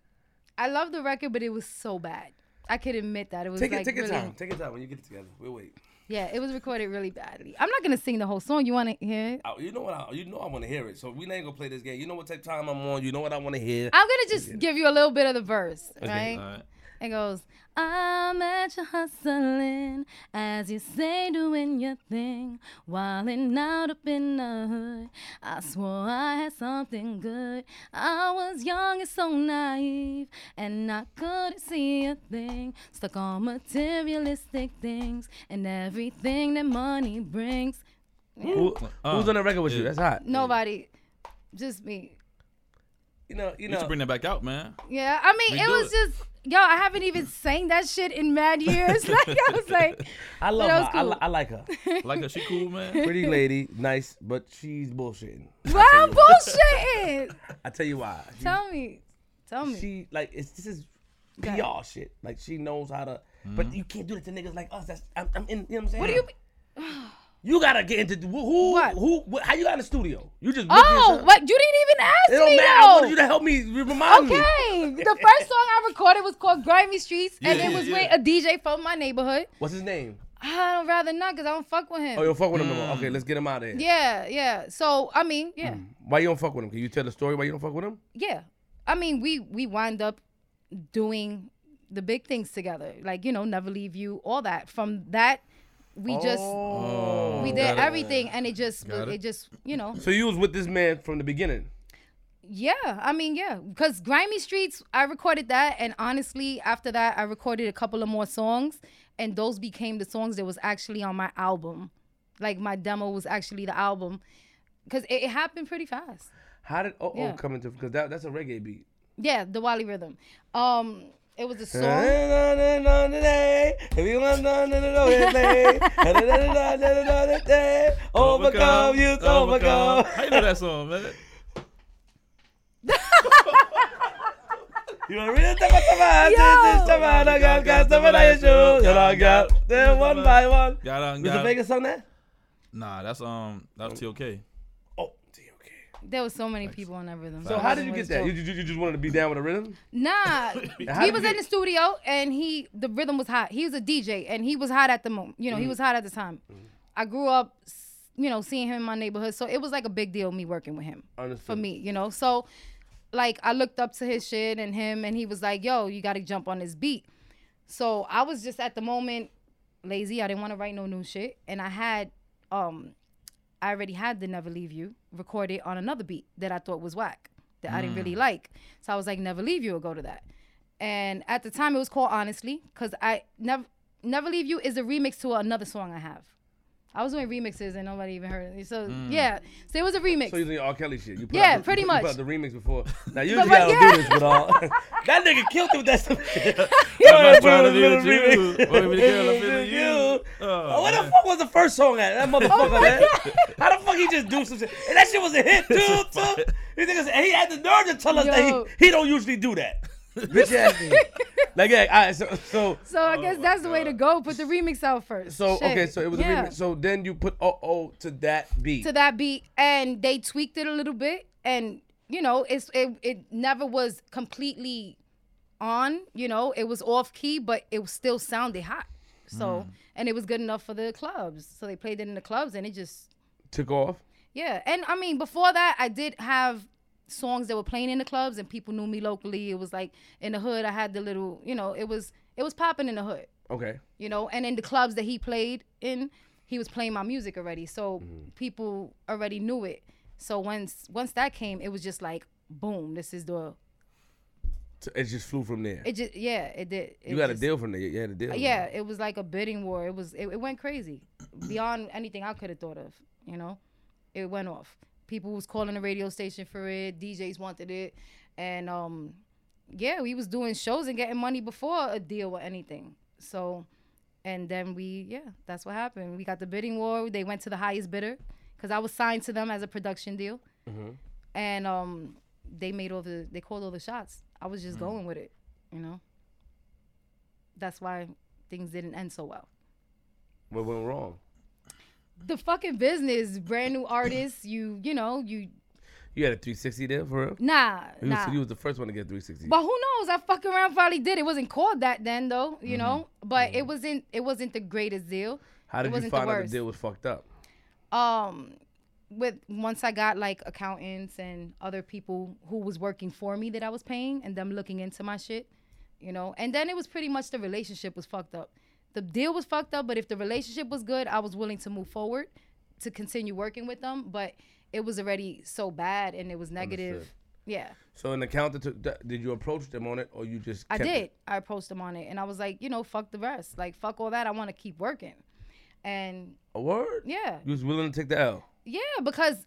S3: I love the record, but it was so bad. I could admit that it was
S1: Take
S3: like
S1: it. Take your
S3: really,
S1: time. Take your time when you get it together. We'll wait.
S3: yeah, it was recorded really badly. I'm not gonna sing the whole song. You want to hear? it?
S1: I, you know what? I, you know I want to hear it. So we ain't gonna play this game. You know what type of time I'm on. You know what I want to hear.
S3: I'm gonna just give you a little bit of the verse, right?
S2: Alright.
S3: It goes, I'm at you hustling, as you say, doing your thing, wildin' out up in the hood. I swore I had something good. I was young and so naive, and I couldn't see a thing. Stuck on materialistic things and everything that money brings.
S1: Who,
S2: Uh,
S1: who's on the record with you? That's hot.
S3: Nobody, just me.
S1: You know. You
S2: You should
S1: know.
S2: bring that back out, man.
S3: Yeah, I mean, it
S2: Redo
S3: was
S2: it.
S3: just. Yo, I haven't even sang that shit in mad years. [laughs] like I was like,
S1: I love
S3: but that was
S1: her. I,
S3: cool.
S1: li- I like her.
S2: Like that, she cool,
S1: [laughs]
S2: man.
S1: Pretty lady, nice, but she's bullshitting.
S3: Well,
S1: [laughs]
S3: bullshit.
S1: I tell you why. She-
S3: Tell me. Tell
S1: She,
S3: me.
S1: like it's this is PR
S3: Okay.
S1: shit. Like she knows how to. But you can't do that to niggas like us. That's I'm, I'm in. You know what I'm saying?
S3: what do you mean?
S1: You gotta get into who? who
S3: What?
S1: Who? wh- how you got in the studio? You just. booked
S3: Oh,
S1: yourself.
S3: what? You didn't even ask
S1: It don't
S3: me.
S1: matter. I
S3: though.
S1: wanted you to help me. you Remind me.
S3: Okay. The first song I recorded was called Grimy Streets, and
S2: Yeah,
S3: it
S2: yeah,
S3: was
S2: yeah.
S3: with a DJ from my neighborhood.
S1: What's his name?
S3: I would rather not because I don't fuck with him.
S1: Oh, you don't fuck with him no more. Okay, let's get him out of here.
S3: yeah, yeah. So, I mean, yeah.
S1: Why you don't fuck with him? Can you tell the story why you don't fuck with him?
S3: yeah i mean we we wind up doing the big things together like you know never leave you all that from that we just
S1: Oh.
S3: we did everything and it just
S2: Got
S3: it.
S2: it.
S3: just you know
S1: So you was with this man from the beginning.
S3: yeah i mean yeah because grimy streets i recorded that and honestly after that i recorded a couple of more songs and those became the songs that was actually on my album Like my demo was actually the album, because it, it happened pretty fast.
S1: How did oh oh
S3: Yeah.
S1: come into? Because that that's a reggae beat.
S3: Yeah, the Wally rhythm. Um, it was a song.
S1: Overcome, you overcome.
S2: How you know that song, man?
S1: You are real tough at the man, this is the man, I got got some of that show, you know, got them one by one.
S2: Got on,
S1: Mr.
S2: got
S1: Vegas sung that?
S2: Nah, that's um, that's T.O.K.
S1: Oh, okay, okay.
S3: There was so many people on that rhythm.
S1: So how did you get that? You, you, you just wanted to be down with the rhythm?
S3: Nah, he
S1: did
S3: was
S1: you-
S3: in the studio and he the rhythm was hot. He was a DJ and he was hot at the moment. You know, he was hot at the time. I grew up, s- you know, seeing him in my neighborhood, so it was like a big deal me working with him
S1: Understood.
S3: for me. You know, so like I looked up to his shit and him, and he was like, "Yo, you got to jump on this beat." So I was just at the moment lazy. I didn't want to write no new shit, and I had um I already had the Never Leave You recorded on another beat that I thought was whack that I didn't really
S1: Mm.
S3: like. So I was like, Never Leave You will go to that. And at the time, it was called Honestly because I never Never Leave You is a remix to another song I have. I was doing remixes and nobody even heard it. So yeah, so it was a remix.
S1: Mm. So you doing R. Kelly shit? You put
S3: Yeah,
S1: out the,
S3: pretty
S1: you put-
S3: much.
S1: You put out the remix before. Now you
S3: [laughs]
S1: just
S3: but
S1: gotta
S3: yeah.
S1: do this with all. [laughs] that nigga killed it with that stuff. [laughs]
S2: I'm
S1: I'm
S2: not trying to be with you. [laughs] Baby girl, I'm feeling you.
S1: Oh, what the
S2: man.
S1: fuck was the first song at? That
S3: Oh
S1: motherfucker, man. How the fuck he just do some shit? And that shit was a hit, too. too. These niggas, he had the nerve to tell us
S3: Yo.
S1: that he, he don't usually do that. Bitch
S3: [laughs]
S1: ass nigga. Like, yeah, all right, so, so,
S3: so I
S1: Oh
S3: guess that's the way to go. Put the remix out first.
S1: so
S3: Shit.
S1: okay, so it was
S3: Yeah.
S1: a remix. So then you put oh oh to that beat.
S3: to that beat and they tweaked it a little bit and you know it's it, it never was completely on you know it was off key but it still sounded hot so
S1: Hmm.
S3: and it was good enough for the clubs so they played it in the clubs and it just
S1: Took off.
S3: yeah and i mean before that i did have songs that were playing in the clubs and people knew me locally it was like in the hood i had the little you know it was it was popping in the hood
S1: Okay.
S3: you know and in the clubs that he played in he was playing my music already so
S1: Mm-hmm.
S3: people already knew it so once once that came it was just like boom this is the
S1: So it just flew from there.
S3: it just yeah it did it
S1: you got
S3: just-
S1: a deal from there. You had a deal.
S3: yeah it was like a bidding war it was it, it went crazy beyond anything i could have thought of you know it went off people was calling the radio station for it djs wanted it and um yeah we was doing shows and getting money before a deal or anything so and then we yeah that's what happened we got the bidding war they went to the highest bidder because i was signed to them as a production deal and um they made all the they called all the shots i was just going with it you know that's why things didn't end so well
S1: What went wrong?
S3: the fucking business brand new artists you you know you
S1: You had a 360 there for real?
S3: nah
S1: You, was,
S3: nah
S1: you was the first one to get 360.
S3: But who knows? I fuck around probably did. It wasn't called that then though,
S1: Mm-hmm.
S3: you know. But it wasn't it wasn't the greatest deal.
S1: How
S3: it
S1: did you
S3: wasn't the
S1: find out the
S3: worst.
S1: deal was fucked up?
S3: Um with once I got like accountants and other people who was working for me that I was paying and them looking into my shit, you know. And then it was pretty much the relationship was fucked up. The deal was fucked up, but if the relationship was good, I was willing to move forward to continue working with them, but it was already so bad and it was negative.
S1: Understood.
S3: Yeah.
S1: So an accountant took that, did you approach them on it or you just
S3: I
S1: kept
S3: did.
S1: it?
S3: I approached him on it, and I was like, you know, fuck the rest. Like, fuck all that. I want to keep working. And
S1: A word?
S3: yeah,
S1: You was willing to take the L.
S3: yeah, because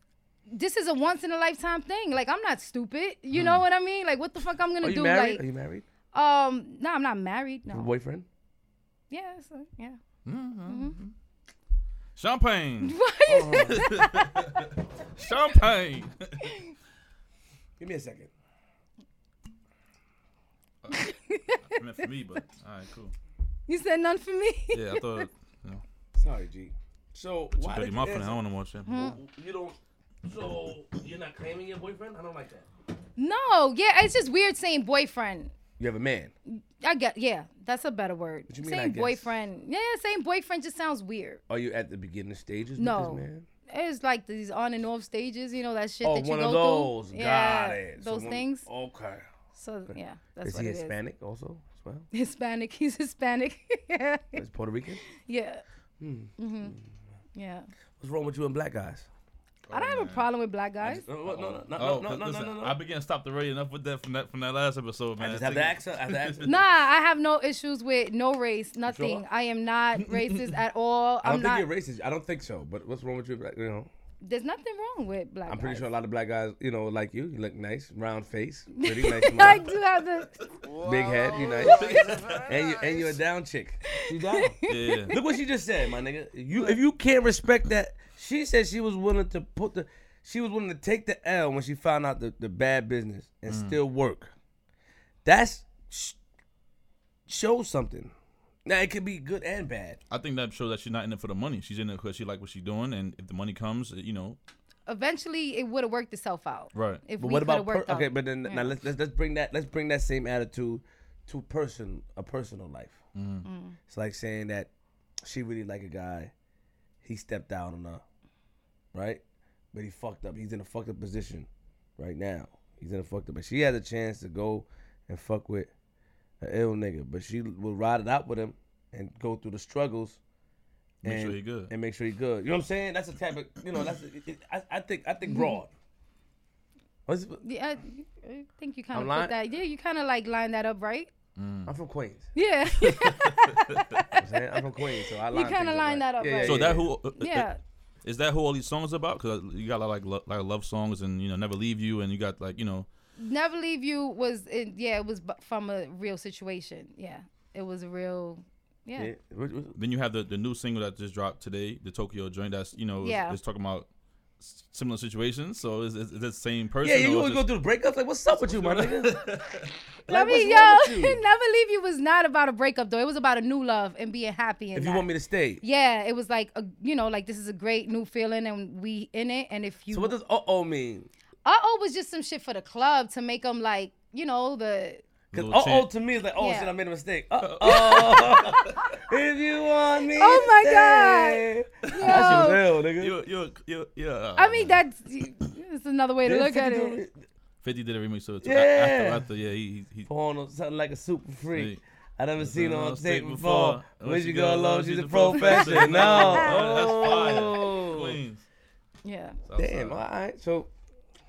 S3: this is a once in a lifetime thing. Like, I'm not stupid. You know what I mean? Like, what the fuck I'm gonna
S1: Hmm. Are you
S3: do?
S1: married?
S3: Like,
S1: Are you married?
S3: um, no, I'm not married.
S1: Your
S3: No.
S1: boyfriend?
S3: Yeah, so, yeah.
S2: [laughs] Champagne.
S1: Oh.
S2: [laughs] Champagne.
S1: Give me a second.
S2: I meant for me, but all right, cool.
S3: You said none for me.
S2: Yeah, I thought. You know,
S1: Sorry, G. So
S2: it's a
S1: why
S2: dirty
S1: did you,
S2: muffin. I
S1: answer-
S2: don't want to watch that.
S1: you don't so you're not claiming your boyfriend? I don't like that.
S3: [laughs] No, yeah, it's just weird saying boyfriend.
S1: You have a man.
S3: I get, yeah, that's a better word.
S1: you mean, I
S3: saying
S1: guess?
S3: boyfriend, yeah, saying boyfriend just sounds weird.
S1: Are you at the beginning stages
S3: No.
S1: with this man?
S3: It's like these on and off stages, you know, that shit
S1: Oh,
S3: that you
S1: one
S3: go
S1: of those.
S3: through.
S1: Got it. So
S3: Those
S1: one-
S3: things.
S1: Okay.
S3: So yeah, that's
S1: Is
S3: what
S1: he
S3: it is.
S1: Hispanic also as well?
S3: [laughs] Hispanic. He's Hispanic. [laughs] yeah.
S1: Is Puerto Rican?
S3: Yeah. hmm Yeah.
S1: What's wrong with you and black guys?
S3: I don't have a
S2: man.
S3: problem with black guys.
S1: No, no, no, no,
S2: Oh,
S1: no, no, no,
S2: listen,
S1: no, no.
S2: I began to stop the radio enough with that from that from that last episode, man.
S1: just have the
S2: Take it-
S1: accent, I have the accent.
S3: Nah, I have no issues with no race, nothing.
S1: Sure.
S3: I am
S1: [laughs]
S3: not racist at all.
S1: I
S3: I'm
S1: don't
S3: not.
S1: think you're racist. I don't think so. But what's wrong with you? Like, you know,
S3: There's nothing wrong with black.
S1: I'm pretty
S3: guys.
S1: sure a lot of black guys, you know, like you. You look nice,
S3: [laughs]
S1: round face, pretty nice,
S3: I
S1: smile,
S3: do have the.
S1: big head. You nice, [laughs] and you and you're a down chick. You down.
S2: Yeah.
S1: Look what she just said, my nigga. You if you can't respect that, she said she was willing to put the, she was willing to take the L when she found out the, the bad business and still work. That's sh- shows something. Now it could be good and bad.
S2: I think that shows that she's not in it for the money. She's in it because she like what she's doing, and if the money comes, eh, you know,
S3: Eventually, it would have worked itself out.
S2: right?
S3: If
S1: But
S3: we
S1: what
S3: coulda
S1: about per-
S3: worked out.
S1: okay? But then now let's, let's let's bring that let's bring that same attitude to person a personal life.
S2: Mm.
S3: Mm.
S1: It's like saying that she really like a guy, he stepped out on her, right? But he fucked up. He's in a fucked up position right now. He's in a fucked up. But she has a chance to go and fuck with an ill nigga, but she will ride it out with him and go through the struggles.
S2: Make sure he good.
S1: And make sure he good. You know what I'm saying? That's a type of you know. That's it, it, I, I think I
S3: Mm-hmm.
S1: think broad. What's-
S3: Yeah, I, I think you kind
S1: I'm
S3: of
S1: lying?
S3: put that. Yeah, you kind of like lined that up,
S1: [laughs]
S3: right?
S1: I'm from Queens.
S3: Yeah. [laughs]
S1: I'm saying? I'm from Queens, so I line
S3: kinda
S1: things up
S3: line that up right.
S2: So
S3: Yeah,
S2: that who? uh,
S1: [laughs]
S3: yeah.
S2: Is that who all these songs about? Because you got like lo- like love songs and you know never leave you and you got like you know
S3: Never Leave You was, in, yeah, it was bu- from a real situation. Yeah. It was a real, yeah.
S1: Yeah. What- what-
S2: then you have the, the new single that just dropped today, the Tokyo joint. That's you know
S3: Yeah.
S2: is, is talking about s- similar situations. So is is, is that the same person?
S1: Yeah, you
S2: or
S1: always
S2: just-
S1: go through the breakups. Like, what's up with you, my nigga?
S3: I
S1: Like,
S3: mean,
S1: what's
S3: yo, [laughs]
S1: wrong with you?
S3: Never Leave You was not about a breakup, though. It was about a new love and being happy. And
S1: [laughs] If you want me to stay.
S3: Yeah, it was like, a, you know, like this is a great new feeling and we in it. And if you.
S1: So what does uh oh mean?
S3: uh oh was just some shit for the club to make them like, you know, the.
S1: Because
S2: Little
S1: uh oh
S2: chant.
S1: to me is like, oh
S3: Yeah.
S1: shit, I made a mistake. Uh [laughs] oh. [laughs] if you want me.
S3: Oh
S1: to
S3: my
S1: stay.
S3: Yo,
S1: [laughs] That shit was hell,
S2: [laughs]
S1: nigga.
S2: You you you yeah.
S1: Oh,
S3: I mean, that's it's another way to
S1: Didn't
S3: look at
S1: Fifty
S3: it.
S1: do
S2: Fifty did a remix of it.
S1: Yeah.
S2: Yeah. After, after yeah he he. he
S1: Porn or something like a super freak.
S2: Freak.
S1: I never seen her
S2: Never
S1: on tape
S2: seen
S1: before.
S2: before.
S1: When she go alone, she's a professional.
S2: [laughs]
S1: [laughs]
S2: professional.
S1: No.
S2: Oh,
S1: Oh.
S2: Queens.
S3: Yeah,
S1: Damn, all right. So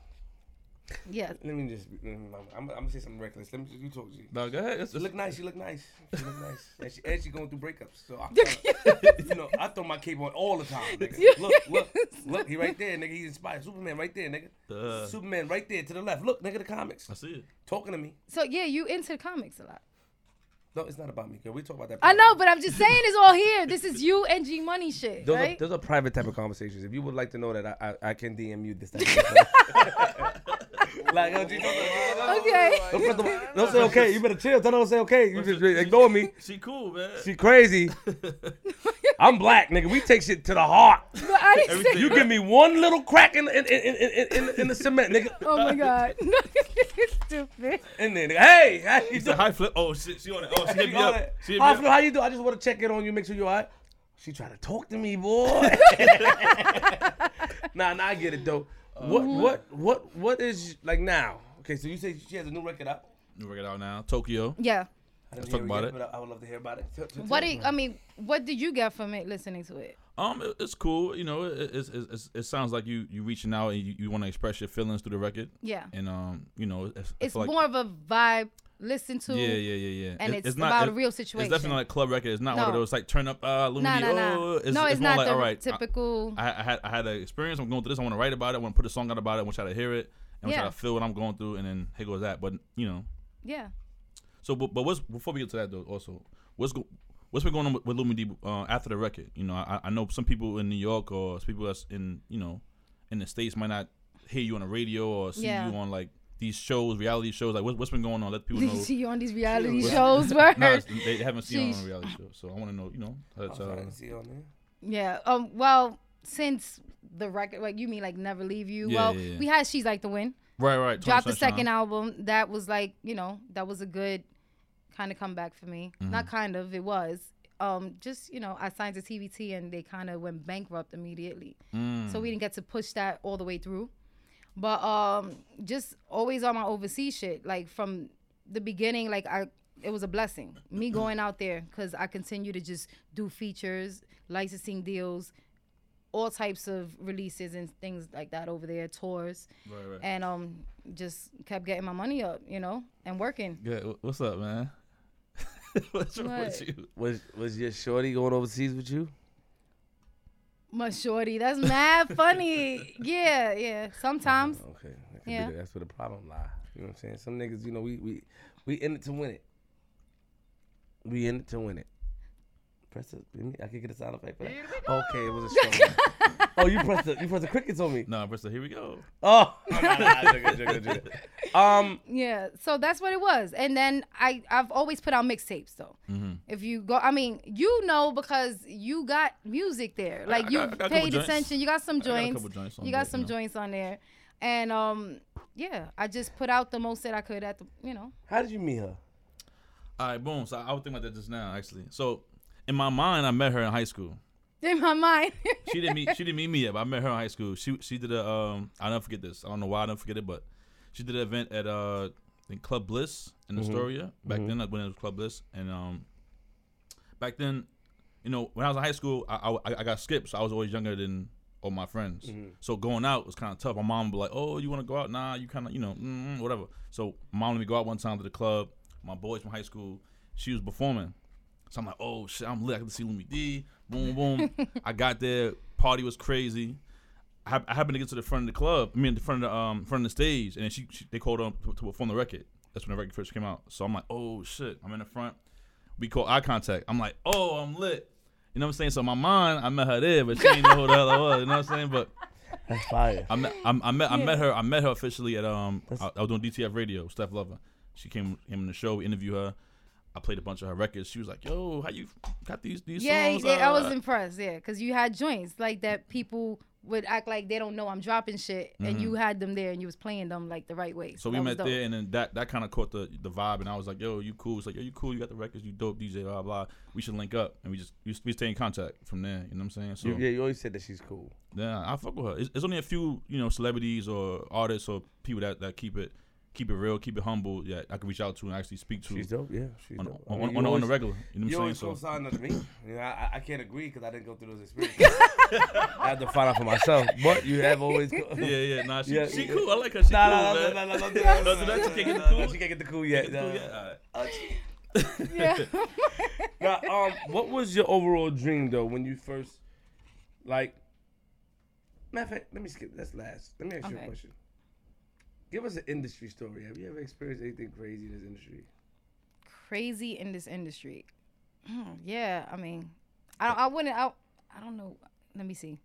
S1: [laughs]
S3: yeah.
S1: let me just, I'm, I'm gonna say something reckless. Let me just, you talk to you.
S2: No, go ahead. It's,
S1: She
S2: it's,
S1: look nice. She look nice. She look nice.
S3: [laughs]
S1: And she, and she going through breakups. So I, kinda- you know, I throw my cape on all the
S3: [laughs]
S1: time. Nigga. Look, look, look. He right there, nigga. He inspired. Superman right there, nigga.
S2: Uh.
S1: Superman right there to the left. Look, nigga, the comics
S2: I see it.
S1: talking to me.
S3: So yeah, you into comics a lot.
S1: No, it's not about me, girl. We talk about that.
S3: I know, but I'm just saying it's all here. This is you and G Money shit,
S1: Those,
S3: right?
S1: are, those are private type of conversations. If you would like to know that, I I, I can DM
S3: [laughs]
S1: you this type of stuff. [laughs] like, oh,
S3: [laughs]
S1: you know,
S3: okay.
S1: don't, don't- don't say okay. You better chill. Tell her to say okay. You just ignore me.
S2: She cool man.
S1: She crazy. I'm black, nigga. We take shit to the heart.
S3: But I didn't
S2: Everything.
S3: say,
S1: You give me one little crack in in in in, in, in, in the cement, nigga.
S3: oh
S1: [laughs]
S3: my god, [laughs] stupid.
S1: In there, nigga. Hey, how you
S2: the
S1: doing?
S2: high flip. Oh shit, she on it. Oh she hit me
S1: All
S2: up.
S1: right.
S2: She hit me
S1: Hospital,
S2: up.
S1: how you doing? I just want to check in on you, make sure you're all right. She trying to talk to me,
S2: [laughs]
S1: boy. nah, nah, I get it though.
S2: Uh-huh.
S1: What what what what is like now? Okay, so you say she has a new record out.
S2: You work it out now. Tokyo.
S3: Yeah.
S1: I didn't
S2: talk
S1: hear
S2: about
S1: yet,
S2: it.
S1: But I, I would love to hear about it. Tell- tell-
S3: What
S1: tell
S3: did I mean? What did you get from it listening to it?
S2: Um, it, it's cool. You know, it, it, it's- it's it sounds like you you reaching out and you, you want to express your feelings through the record.
S3: Yeah,
S2: And um, you know, it's,
S3: it's
S2: like,
S3: more of a vibe. Listen to.
S2: Yeah, yeah, yeah, yeah.
S3: and
S2: It-
S3: it's about a real
S2: It's definitely
S3: situation.
S2: not a club record. It's not one of
S3: No.
S2: those like turn up, uh, Lumini,
S3: Nah, nah, nah.
S2: oh, It's,
S3: no, it's,
S2: more
S3: not
S2: like,
S3: the
S2: all right, I-
S3: typical.
S2: I, I had I had an experience. I'm going through this. I want to write about it. I want to put a song out about it. I want y'all to hear it. I want
S3: Yeah.
S2: y'all to feel what I'm going through. And then here goes that. But you know, [laughs]
S3: yeah.
S2: so but, but what's before we get to that though? Also, what's go, what's been going on with, with Lumi D uh, after the record? You know, I, I know some people in New York or some people that's in you know in the states might not hear you on the radio or see
S3: Yeah.
S2: you on like these shows, reality shows. Like what's what's been going on? Let people
S3: Did [laughs] you
S2: know. [laughs]
S3: see you on these reality shows? Word.
S2: No, it's- they haven't seen her on
S3: Sheesh.
S2: a reality show, so I want to know. You know, that's,
S1: me. I
S2: uh,
S1: didn't see it on there.
S3: Yeah. Um. Well, since the record, like you mean, like never leave you.
S2: Yeah,
S3: well,
S2: yeah, yeah.
S3: we had she's like the win.
S2: right, right. Tony
S3: Dropped the
S2: Sunshine.
S3: second album. That was like you know that was a good kind of comeback for me. Not kind of. It was. Um. Just you know, I signed to TBT and they kind of went bankrupt immediately.
S2: Mm,
S3: So we didn't get to push that all the way through. But um, just always on my overseas shit. Like from the beginning, like I, it was a blessing. Me going out there because I continue to just do features, licensing deals, all types of releases and things like that over there, tours,
S2: Right, right.
S3: and um, just kept getting my money up, you know, and working.
S2: Yeah, wh- what's up, man? [laughs] what's wrong with
S3: What?
S2: you?
S1: Was was your shorty going overseas with you?
S3: My shorty, that's mad [laughs] funny. Yeah, yeah. Sometimes
S1: Okay, that could
S3: Yeah.
S1: be the, that's where the problem lie. You know what I'm saying? Some niggas, you know, we we we in it to win it. We in it to win it. Press it. I could get a sound effect for that. Okay, it was a strong. one. oh, you pressed the you pressed the crickets on me.
S2: Nah, Bristol, here we go.
S1: Oh. Nah, nah, nah, joking, joking, joking. [laughs] um.
S3: Yeah, so that's what it was. And then I I've always put out mixtapes though.
S2: Mm-hmm.
S3: If you go, I mean, you know because you got music there. Like
S2: got-
S3: you
S2: I got a couple
S3: paid
S2: joints.
S3: attention. You got some
S2: got a
S3: joints.
S2: couple joints on
S3: you got
S2: there,
S3: some
S2: you know.
S3: joints on there, and um yeah, I just put out the most that I could at the you know. [laughs]
S1: How did you meet her?
S2: All right, boom. So I, I was thinking about that just now, actually. So in my mind, I met her in high school.
S3: In my mind,
S2: She didn't meet. she didn't meet me yet. But I met her in high school. She she did a um. I don't forget this. I don't know why I don't forget it, but she did an event at uh in Club Bliss in Astoria back then. Like when it was Club Bliss, and um, back then, you know, when I was in high school, I I, I got skipped, so I was always younger than all my friends. So going out was kind of tough. My mom would be like, "Oh, you want to go out? Nah, you kind of you know mm, whatever." So my mom let me go out one time to the club. My boys from high school, she was performing. So I'm like, oh shit, I'm lit. I can see Lumi D. Boom, boom. I got there. Party was crazy. I, hap- I happened to get to the front of the club. I mean, the front of the um front of the stage, and then she, she they called on to, to perform the record. That's when the record first came out. So I'm like, oh shit, I'm in the front. We call eye contact. I'm like, oh, I'm lit. You know what I'm saying? So in my mind, I met her there, but she didn't know who the hell I was. You know what I'm saying? But
S1: That's fire.
S2: I met, I'm- I met, I met her. I met her officially at um. I, I was doing DTF radio. Steph Lover. She came came on the show. We interviewed her. I played a bunch of her records. She was like, "Yo, how you got these these
S3: yeah,
S2: songs?"
S3: yeah, I
S2: Uh,
S3: was impressed. Yeah, because you had joints like that. People would act like they don't know I'm dropping shit, and you had them there, and you was playing them like the right way.
S2: Mm-hmm. So we
S3: That was
S2: met
S3: dope.
S2: there, and then that that kind of caught the the vibe, and I was like, "Yo, you cool?" It's like, "Yo, you cool? You got the records? You dope, DJ? Blah blah. We should link up." And we just we, we stay in contact from there. You know what I'm saying? So
S1: You, yeah, you always said that she's cool.
S2: yeah, I fuck with her. It's, it's only a few you know celebrities or artists or people that that keep it keep it real, keep it humble. Yeah, I can reach out to and actually speak to
S1: She's dope. Yeah, she's
S2: Mm. on
S1: dope. I
S2: on,
S1: mean,
S2: on,
S1: you
S2: on,
S1: always-
S2: the regular. You know
S1: You
S2: what I'm
S1: always
S2: saying? So
S1: co-sign nothing to me. You know, I, I can't agree because I didn't go through those experiences. I had to find out for myself. But you have always. Co-
S2: [laughs] yeah, yeah, nah, she,
S1: Yeah,
S2: she
S1: yeah.
S2: cool. I like her. She
S1: Nah, nah, nah,
S2: cool, man.
S1: nah, nah, nah, don't do that.
S2: Don't do that, you can't get the
S1: Nah, nah,
S2: cool.
S1: She can't get the cool yet.
S2: It's cool,
S1: Nah.
S2: yeah, all right. [laughs]
S3: Yeah.
S1: Now, um, what was your overall dream though when you first, like? Matter of fact, let me skip. That's last. Let me ask you a
S3: Okay.
S1: question. Give us an industry story. Have you ever experienced anything crazy in this industry?
S3: crazy in this industry. Hmm, yeah, I mean, I I wouldn't. I, I don't know. Let me see.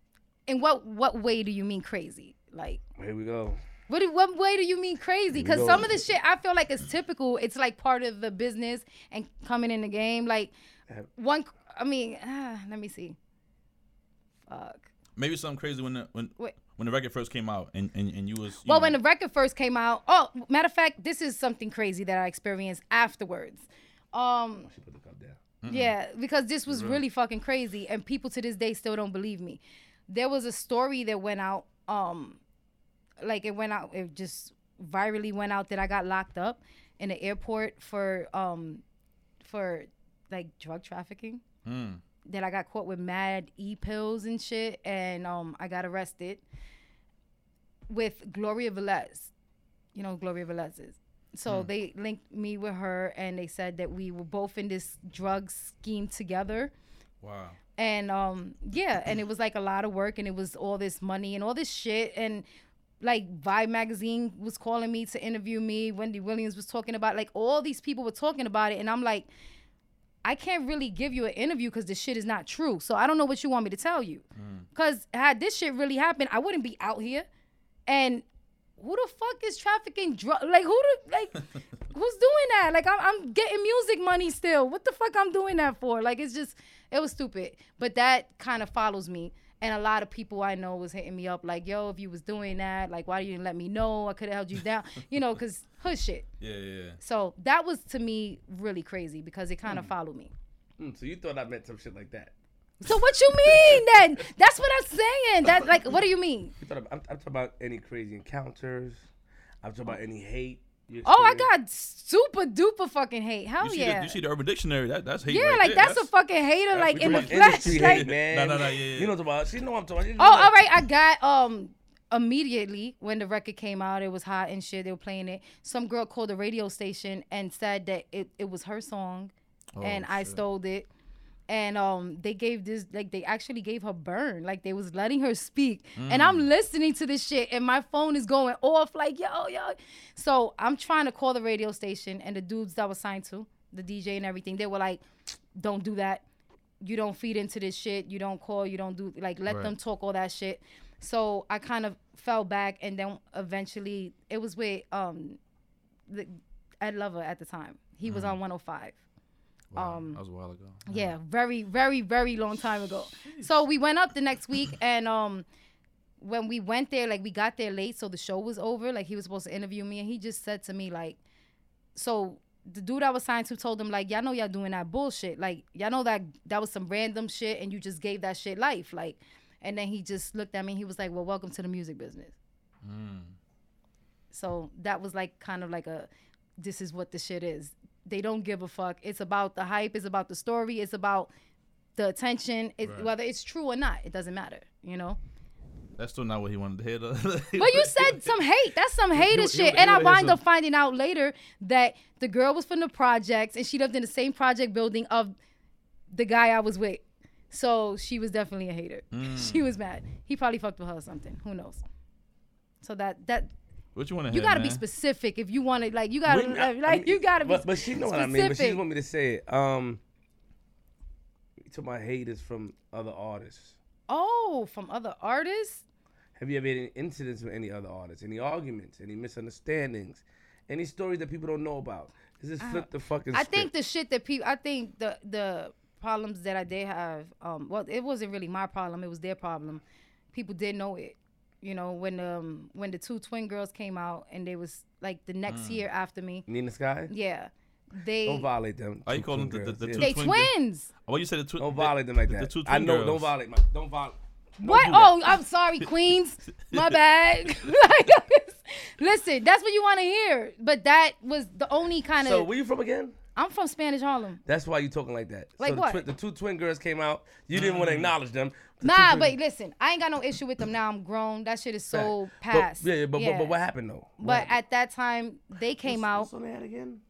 S3: In what what way do you mean crazy? Like,
S1: Here we go.
S3: what do- what way do you mean crazy? Because some of the shit I feel like is typical. It's like part of the business and coming in the game. Like one. I mean, ah, let me see. Fuck.
S2: Maybe something crazy when the when
S3: Wait.
S2: when the record first came out, and and, and you was you
S3: Well,
S2: know,
S3: when the record first came out, oh, matter of fact, this is something crazy that I experienced afterwards. Um,
S1: She put the cup down.
S3: Yeah, because this was really fucking crazy, and people to this day still don't believe me. There was a story that went out, um, like it went out, it just virally went out that I got locked up in the airport for, um, for like drug trafficking.
S2: hmm,
S3: That I got caught with mad e pills and shit, and um, I got arrested with Gloria Velez. You know, who Gloria Velez is. So they linked me with her and they said that we were both in this drug scheme together.
S2: wow.
S3: And um yeah, and it was like a lot of work and it was all this money and all this shit and like Vibe magazine was calling me to interview me, Wendy Williams was talking about like all these people were talking about it and I'm like I can't really give you an interview because this shit is not true. So I don't know what you want me to tell you. Because had this shit really happened, I wouldn't be out here. And who the fuck is trafficking drug? Like who the
S2: [laughs]
S3: like who's doing that? Like I'm, I'm getting music money still. What the fuck I'm doing that for? Like it's just it was stupid. But that kind of follows me. And a lot of people I know was hitting me up like, yo, if you was doing that, like why you didn't let me know? I could have held you
S2: [laughs]
S3: down. you know, cause hood shit.
S2: Yeah, yeah, yeah.
S3: So that was to me really crazy because it kind of followed me.
S1: Mm, so you thought I meant some shit like that?
S3: So what you mean then? That's what I'm saying. That like what do you mean?
S1: You thought about, I'm, I'm talking about any crazy encounters. I'm talking about any hate. You
S3: Oh, I
S1: experience-
S3: got super duper fucking hate. Hell
S2: You see,
S3: Oh, yeah.
S2: the, you see the Urban Dictionary? That, that's hate.
S3: yeah,
S2: right
S3: like
S2: there.
S3: that's, a fucking hater,
S2: that's
S3: like
S2: what you
S3: in the
S2: want.
S3: flesh.
S1: Industry
S3: like,
S1: hate, man.
S2: No, no, no, yeah, yeah.
S1: You know what I'm talking about. She know what I'm talking about.
S3: Oh, all right. I got um immediately when the record came out, it was hot and shit. They were playing it. Some girl called the radio station and said that it, it was her song, and I stole it. And um, they gave this like they actually gave her burn, like they was letting her speak. And I'm listening to this shit, and my phone is going off like yo yo. So I'm trying to call the radio station, and the dudes that was signed to the DJ and everything, they were like, "Don't do that you don't feed into this shit. You don't call. You don't do like let them talk all that shit. So I kind of fell back, and then eventually it was with um, the, Ed Lover at the time. He was on 105.
S2: Wow,
S3: um,
S2: that was a while ago.
S3: Yeah, very, very, very long time ago. So we went up the next week, and um, when we went there, like we got there late, so the show was over. Like he was supposed to interview me, and he just said to me like, so the dude I was signed to told him like, y'all know y'all doing that bullshit. Like y'all know that that was some random shit, and you just gave that shit life. Like, and then he just looked at me. He was like, well, welcome to the music business. So that was like kind of like a this is what the shit is. They don't give a fuck. It's about the hype, it's about the story, it's about the attention, it, whether it's true or not, it doesn't matter, you know?
S2: That's still not what he wanted to hear. Though.
S3: But
S2: [laughs]
S3: you said some hate. That's some hater
S2: you-
S3: shit.
S2: you
S3: and I
S2: wanna hear
S3: wind up
S2: some-
S3: finding out later that the girl was from the projects and she lived in the same project building of the guy I was with. So she was definitely a hater. [laughs] She was mad. He probably fucked with her or something. Who knows? So that that
S2: what you want to hear?
S3: you gotta
S2: man?
S3: be specific if you want to. Like you gotta
S1: When- I- I
S3: like, like, you gotta be.
S1: But, but she know what I mean. But she
S3: specific.
S1: just want me to say it. Um, to my haters from other artists.
S3: oh, from other artists.
S1: Have you ever had any incidents with any other artists? Any arguments? Any misunderstandings? Any stories that people don't know about? This is flip the fucking.
S3: Uh, I think
S1: script.
S3: the shit that people. I think the the problems that I did have. Um, well, it wasn't really my problem. It was their problem. People did know it. You know when um when the two twin girls came out and they was like the next year after me.
S1: Nina Sky.
S3: Yeah, they
S1: Mm. Don't violate them.
S2: Are you
S1: Two
S2: calling
S1: twin
S2: the- the-
S1: girls,
S2: the
S1: yeah.
S3: they
S2: twin-
S3: twins.
S2: Well, Oh, you said the two.
S1: Don't violate them like that.
S2: The two
S1: I
S2: twin
S1: know. Don't
S2: girls.
S1: violate. My, don't violate.
S3: What? Oh, I'm sorry,
S1: [laughs]
S3: Queens. My bad. [laughs] like, listen, that's what you want to hear. But that was the only kind of.
S1: So where you from again?
S3: I'm from Spanish Harlem.
S1: That's why you talking like that.
S3: Like
S1: so the,
S3: what?
S1: twi- the two twin girls came out. You didn't
S2: Mm.
S1: want to acknowledge them. The two
S3: Nah,
S1: twin-
S3: but listen, I ain't got no issue with them now. I'm grown. That shit is so
S1: But-
S3: past.
S1: yeah, yeah, but, But, but what happened though? What
S3: But
S1: happened?
S3: at that time, they came out.
S1: [laughs] What's on the head again?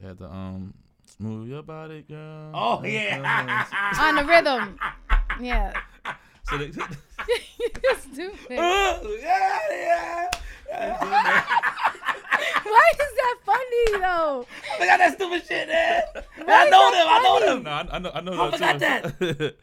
S2: They had the um, move your body, girl. um,
S1: Oh yeah.
S3: on the rhythm. Yeah. [laughs]
S2: So they, [laughs] so
S3: It's stupid.
S1: [laughs] yeah, yeah. [laughs]
S3: Why is that funny though?
S1: I got that stupid shit, man. I know them. I know them.
S2: no, I, I know. I know. I [laughs]
S1: forgot
S2: that.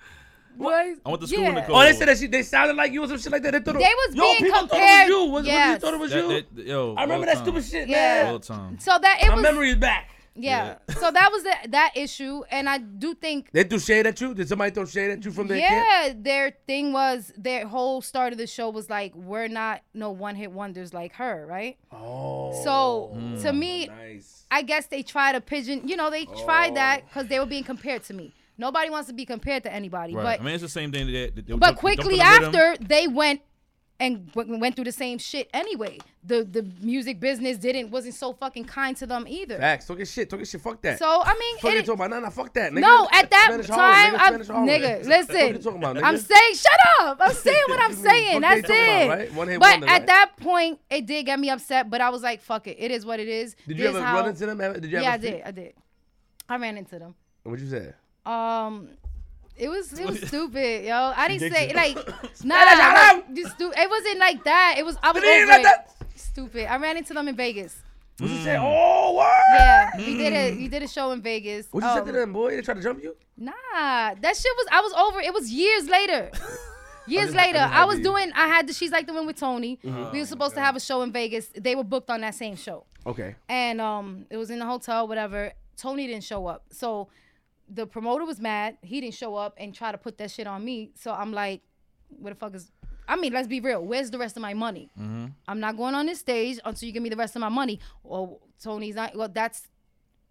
S3: What?
S2: I went to school in the
S3: Yeah.
S2: co-
S1: Oh, they said that she, they sounded like you or some shit like that. They thought it,
S3: They was
S1: yo,
S3: being
S1: people
S3: compared-
S1: Thought it was you. Was,
S3: Yes.
S1: was, you thought it was you.
S2: that, that, yo,
S1: I remember
S2: all
S1: that stupid
S2: time.
S1: shit,
S3: Yeah.
S1: man.
S2: All time.
S3: So that it
S1: My
S3: was
S1: memory is back.
S3: yeah. So that was the, that issue, and I do think
S1: They threw shade at you. Did somebody throw shade at you from their camp?
S3: yeah, their thing was their whole start of the show was like we're not no one hit wonders like her, right?
S1: Oh, Hmm.
S3: So to me,
S1: nice.
S3: I guess they tried a pigeon. You know, they
S1: Oh.
S3: tried that because they were being compared to me. Nobody wants to be compared to anybody,
S2: Right.
S3: but
S2: I mean, it's the same thing that. that they
S3: but
S2: jumped-
S3: quickly
S2: jumped on the rhythm.
S3: after they went and w- went through the same shit anyway. The the music business didn't wasn't so fucking kind to them either.
S1: Facts. Talking shit. Talking shit. Fuck that.
S3: So I mean,
S1: fuck
S3: it-
S1: you talking about. Nah, nah. Fuck that. Nigga.
S3: no, at that
S1: Spanish
S3: time,
S1: Harlem,
S3: I'm,
S1: nigga, Spanish Harlem.
S3: nigga,
S1: What you talking
S3: listen,
S1: about, nigga?
S3: I'm saying, shut up. I'm saying what
S1: [laughs]
S3: I'm saying.
S1: Fuck they
S3: That's
S1: talking
S3: it.
S1: about, right? One-hit
S3: But
S1: wonder,
S3: at
S1: right?
S3: that point, it did get me upset. But I was like, fuck it, it is what it is.
S1: Did you
S3: This
S1: ever
S3: how-
S1: run into them? Ever- Did you
S3: Yeah, I
S1: ever speak-
S3: did. I did. I ran into them.
S1: What'd you say?
S3: Um, it was it
S1: [laughs]
S3: was stupid, yo. I didn't say
S2: Diction.
S3: like nah. like, you stu- it wasn't like that. It was I was
S1: Didn't
S3: over
S1: like
S3: it.
S1: that.
S3: Stupid. I ran into them in Vegas.
S1: What'd you say? Oh, word.
S3: Mm. Yeah, we did a we did a show in Vegas.
S1: What you
S3: Um,
S1: said to them, boy? They tried to jump you?
S3: Nah, that shit was I was over. It was years
S1: [laughs]
S3: later. Years later, I, was doing. I had the she's like the one with Tony.
S1: Uh-huh.
S3: We were supposed to have a show in Vegas. They were booked on that same show.
S1: Okay.
S3: and um it was in the hotel whatever tony didn't show up so the promoter was mad he didn't show up and try to put that shit on me so i'm like where the fuck is i mean let's be real where's the rest of my money
S2: Mm. Mm-hmm.
S3: i'm not going on this stage until you give me the rest of my money well tony's not well that's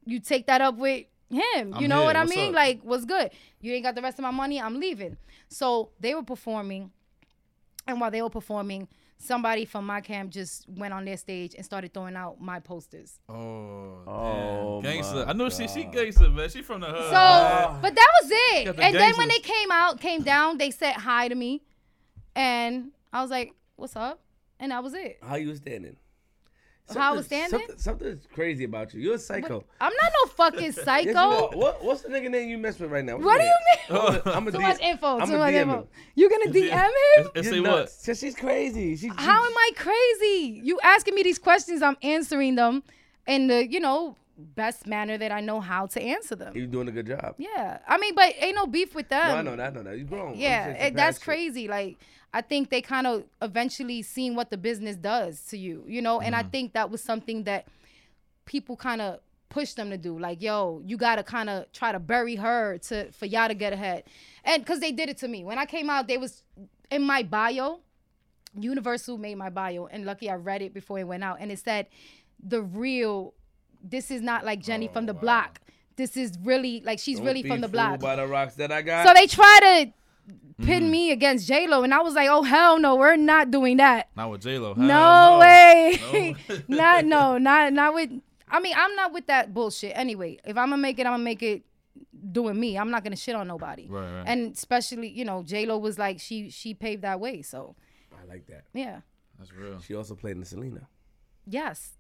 S3: you take that up with him you
S2: I'm
S3: know
S2: here.
S3: what i
S2: What's
S3: mean
S2: up?
S3: like what's good you ain't got the rest of my money i'm leaving so they were performing and while they were performing, somebody from my camp just went on their stage and started throwing out my posters.
S2: Oh,
S1: Oh,
S2: damn. gangster.
S1: my
S2: I know she she gangster, man. She from the hood.
S3: So,
S2: man.
S1: Uh,
S3: but that was it.
S2: Got the
S3: and then when they
S2: gangsters.
S3: came out, came down, they said hi to me, and I was like, "What's up?" And that was it.
S1: How you was standing?
S3: How I was
S1: Something-
S3: standing?
S1: Something, something's crazy about you. You're a psycho.
S3: I'm not no
S1: [laughs]
S3: fucking
S1: Yes, you
S3: psycho.
S1: are. what, what's the nigga name you mess with right now? What's
S3: What do
S1: his
S3: you
S1: name? [laughs]
S3: mean?
S1: I'm a
S3: Too
S1: D-
S3: much info.
S1: I'm
S3: Too
S1: a
S3: much
S1: DM
S3: info.
S1: him.
S3: You gonna DM him?
S2: And
S1: You're
S2: say what?
S1: nuts. She- She's crazy. She,
S3: How
S1: she-
S3: am I crazy? You asking me these questions, I'm answering them in the you know best manner that I know how to answer them.
S1: You doing a good job.
S3: Yeah, I mean, but ain't no beef with them.
S1: no, I know that. I know that. You grown. I'm
S3: Yeah,
S1: just
S3: it- that's
S1: surprised
S3: crazy.
S1: you.
S3: Like I think they kind of eventually seen what the business does to you, you know.
S1: Mm-hmm.
S3: And I think that was something that people kind of pushed them to do. Like, yo, you gotta kind of try to bury her to for y'all to get ahead. And because they did it to me when I came out, they was in my bio. Universal made my bio, and lucky I read it before it went out, and it said, "The real, this is not like Jenny from the block. This is really like she's
S1: Oh, Don't
S3: really
S1: be
S3: from the
S1: fooled
S3: block."
S1: By the rocks that I got.
S3: So they try to pin me against J Lo, and I was like, "Oh hell no, we're not doing that.
S2: Not with J Lo.
S3: No, way. not no, not not with. I mean, I'm not with that bullshit. Anyway, if I'm gonna make it, I'm gonna make it doing me. I'm not gonna shit on nobody.
S2: Right, right.
S3: And especially, you know, J Lo was like, she she paved that way. So
S1: I like that.
S3: yeah,
S2: That's real.
S1: She also played in Selena.
S3: yes,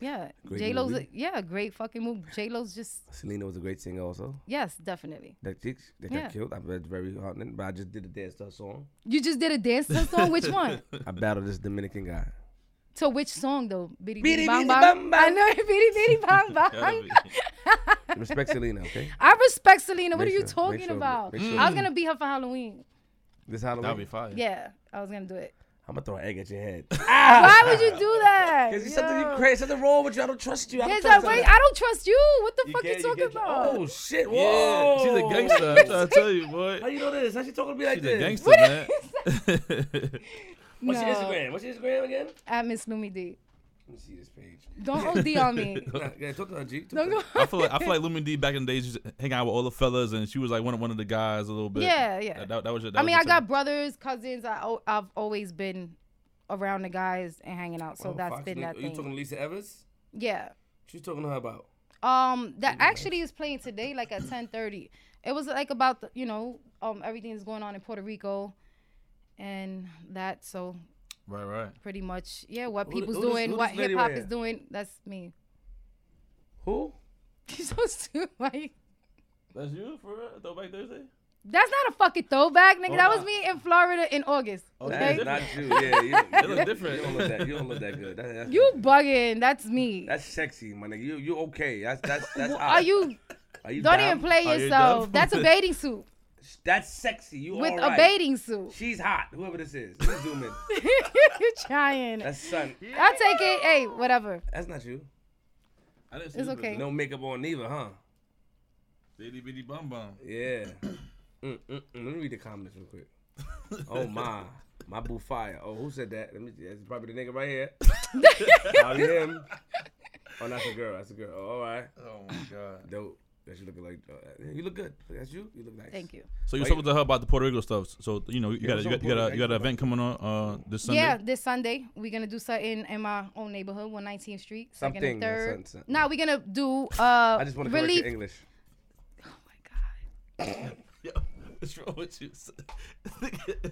S3: yeah.
S1: Great
S3: J Lo's
S1: movie.
S3: yeah, great fucking move. J Lo's just
S1: Selena was a great singer also.
S3: yes, definitely.
S1: That chick that
S3: Yeah.
S1: got killed. I read very heartening, but I just did a dance to her song.
S3: You just did a dance to a song. Which one?
S1: I battled this Dominican guy.
S3: To which song though? Biddy
S1: Biddy
S3: biddy bang
S1: biddy
S3: bang.
S1: bang bang.
S3: I know [laughs] it, biddy biddy
S1: [laughs]
S3: bang
S2: Gotta
S3: bang.
S2: be.
S1: Respect Selena, okay?
S3: I respect Selena. What
S1: Make
S3: are you
S1: sure- make
S3: talking
S1: sure-
S3: about?
S1: make sure-
S3: I was gonna be her for Halloween.
S1: This
S2: That'd be
S1: Halloween.
S2: fire.
S3: Yeah, I was gonna do it.
S1: I'm gonna throw an egg at your [laughs] head.
S3: Why would you do that?
S1: Ah. Cause you something you
S3: Yo.
S1: crazy. Something wrong with you. I don't trust you. I don't
S3: There's
S1: trust
S3: a way-
S1: you.
S3: I don't trust you. What the fuck
S1: can't-
S3: you talking
S1: can't-
S3: about?
S1: Oh shit! Whoa!
S2: Yeah, she's a gangster. I'm trying to tell you, boy.
S1: [laughs] How you know this? How she talking to me like
S2: She's a
S1: this?
S2: gangster, man.
S1: What's your
S3: No.
S1: Instagram? What's your Instagram again?
S3: At Miss Lumi D.
S1: Let me see this [laughs] page.
S3: Don't OD on
S1: [laughs]
S3: me.
S1: yeah, talk to her, G. Talk
S3: Don't
S1: to
S3: go.
S1: her.
S2: [laughs] I feel like I feel like Lumen D back in the days used to hang out with all the fellas, and she was like one of one of the guys a little bit.
S3: [laughs] Yeah, yeah.
S2: That, that, that was. Your, that
S3: I
S2: was
S3: mean,
S2: your
S3: I got
S2: type.
S3: brothers, cousins. I al- I've always been around the guys and hanging out, so
S1: Oh,
S3: that's
S1: Fox
S3: been
S1: News.
S3: that
S1: Are you talking
S3: thing.
S1: to Lisa Evans?
S3: Yeah.
S1: She's talking to her about.
S3: Um, that actually is playing today, like at ten thirty. It was like about the, you know um everything that's going on in Puerto Rico, and that. So
S2: right, right.
S3: pretty much, yeah, what
S1: th-
S3: people's
S1: who this-
S3: doing,
S1: who
S3: what
S1: this lady
S3: hip hop
S1: right
S3: is
S1: here?
S3: doing. That's me. [laughs]
S1: Who?
S3: You're so stupid. Like,
S2: That's you for real? Throwback Thursday.
S3: that's not a fucking throwback, nigga. That was me in Florida in August.
S1: Oh, That
S3: Okay,
S1: is not you. Yeah,
S2: [laughs]
S1: you, you
S2: look different.
S1: You don't look that. You don't look that good. That, that's,
S3: you bugging? That's me.
S1: That's sexy, my nigga. You you okay? That's that's
S3: [laughs]
S1: that's.
S3: Are
S1: out.
S3: you?
S1: Are [laughs] you
S3: Don't
S1: down?
S3: even play
S2: Are you
S3: yourself.
S2: dumb?
S3: That's a bathing
S1: [laughs]
S3: suit
S1: That's sexy. You
S3: with
S1: all
S3: a
S1: right.
S3: bathing suit. [laughs]
S1: She's hot. Whoever this is, Let's zoom in.
S3: You're trying.
S1: That's son.
S3: I take it. Hey, whatever.
S1: That's not you.
S2: I didn't see
S3: It's
S2: you,
S3: okay.
S1: No makeup on neither, huh?
S2: but- Bitty bitty bum bum.
S1: Yeah. [coughs] mm, mm, mm. Let me read the comments real
S2: [laughs]
S1: quick. Oh my, my boo fire. Oh, who said that? Let me. That's probably the nigga right
S3: [laughs]
S1: here. Probably him. Oh, that's a girl. That's a girl. Oh, all right.
S2: Oh my god.
S1: Dope. That's you looking like. Uh, you look good. That's you. You look nice.
S3: Thank you.
S2: So you were
S1: Wait.
S2: talking to her about the Puerto Rico stuff. So you know you got
S1: what's
S2: you
S1: up,
S2: got you got, a,
S1: Puerto
S2: you got an
S1: Rico?
S2: event coming on uh this Sunday.
S3: Yeah, this Sunday we're gonna do something in my own neighborhood, 119th Street, second
S1: Something,
S3: and
S1: not
S3: third.
S1: something, something.
S3: Nah, we're gonna do uh
S1: I just want to correct
S3: relief.
S1: your English.
S3: Oh my god.
S2: Yo, what's wrong with you? [laughs]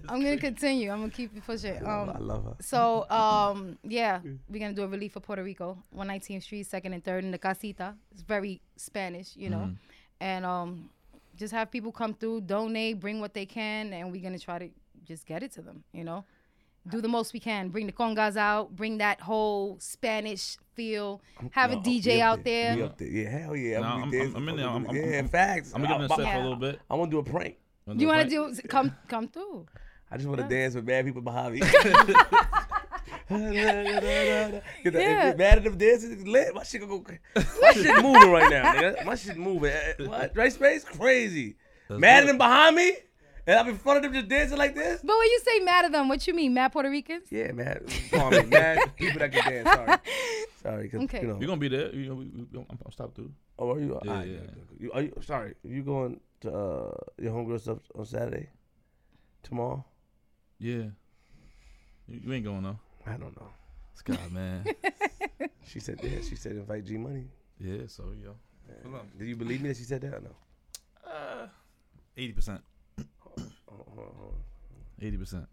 S3: I'm gonna continue. I'm gonna keep you pushing.
S1: I
S3: Um,
S1: love her.
S3: so um, yeah, we're gonna do a relief for Puerto Rico, 119th Street, second and third in the Casita. It's very Spanish, you know, and um, just have people come through, donate, bring what they can, and we're gonna try to just get it to them, you know. Do the most we can. Bring the congas out. Bring that whole Spanish feel. Have a
S1: No,
S3: DJ
S1: we up
S3: out there.
S1: We up there. Yeah, hell yeah.
S2: Nah,
S1: I'm,
S2: I'm-
S1: gonna be
S2: I'm- I'm in
S1: dancing.
S2: there. I'm- I'm-
S1: yeah,
S2: I'm-
S1: facts.
S2: I'm gonna give
S1: I-
S2: it a set for a
S3: Yeah.
S2: little bit.
S1: I want to do a prank.
S2: do a
S3: You want
S2: prank?
S3: to do come come through?
S1: I just want to dance with mad people
S3: [laughs]
S1: behind me. [laughs] yeah.
S3: Yeah.
S1: mad at them dancing, it's lit. My shit gonna go. My
S3: [laughs]
S1: shit moving right now, nigga. My shit moving. Eh, eh, What? Right space? Crazy. mad at them behind me, and I'm in front of them just dancing like this.
S3: But when you say mad at them, what you mean, mad Puerto Ricans?
S1: Yeah, [laughs] man. Call me mad people that can dance. [laughs] Sorry, sorry. 'cause,
S3: Okay.
S1: You know.
S2: You're gonna be there. You know, we, we, I'm, I'm stopped through.
S1: oh, are you?
S2: Yeah,
S1: alright,
S2: yeah.
S1: You, are you? Sorry. You going to uh, your homegirl stuff on Saturday? Tomorrow?
S2: Yeah. You, you ain't going though.
S1: I don't know.
S2: This guy, [laughs] man.
S1: She said that. She said invite G Money.
S2: yeah. So yo,
S1: Do you believe me that she said that or no?
S2: eighty percent.
S1: Hold on, hold on, hold on.
S2: Eighty percent.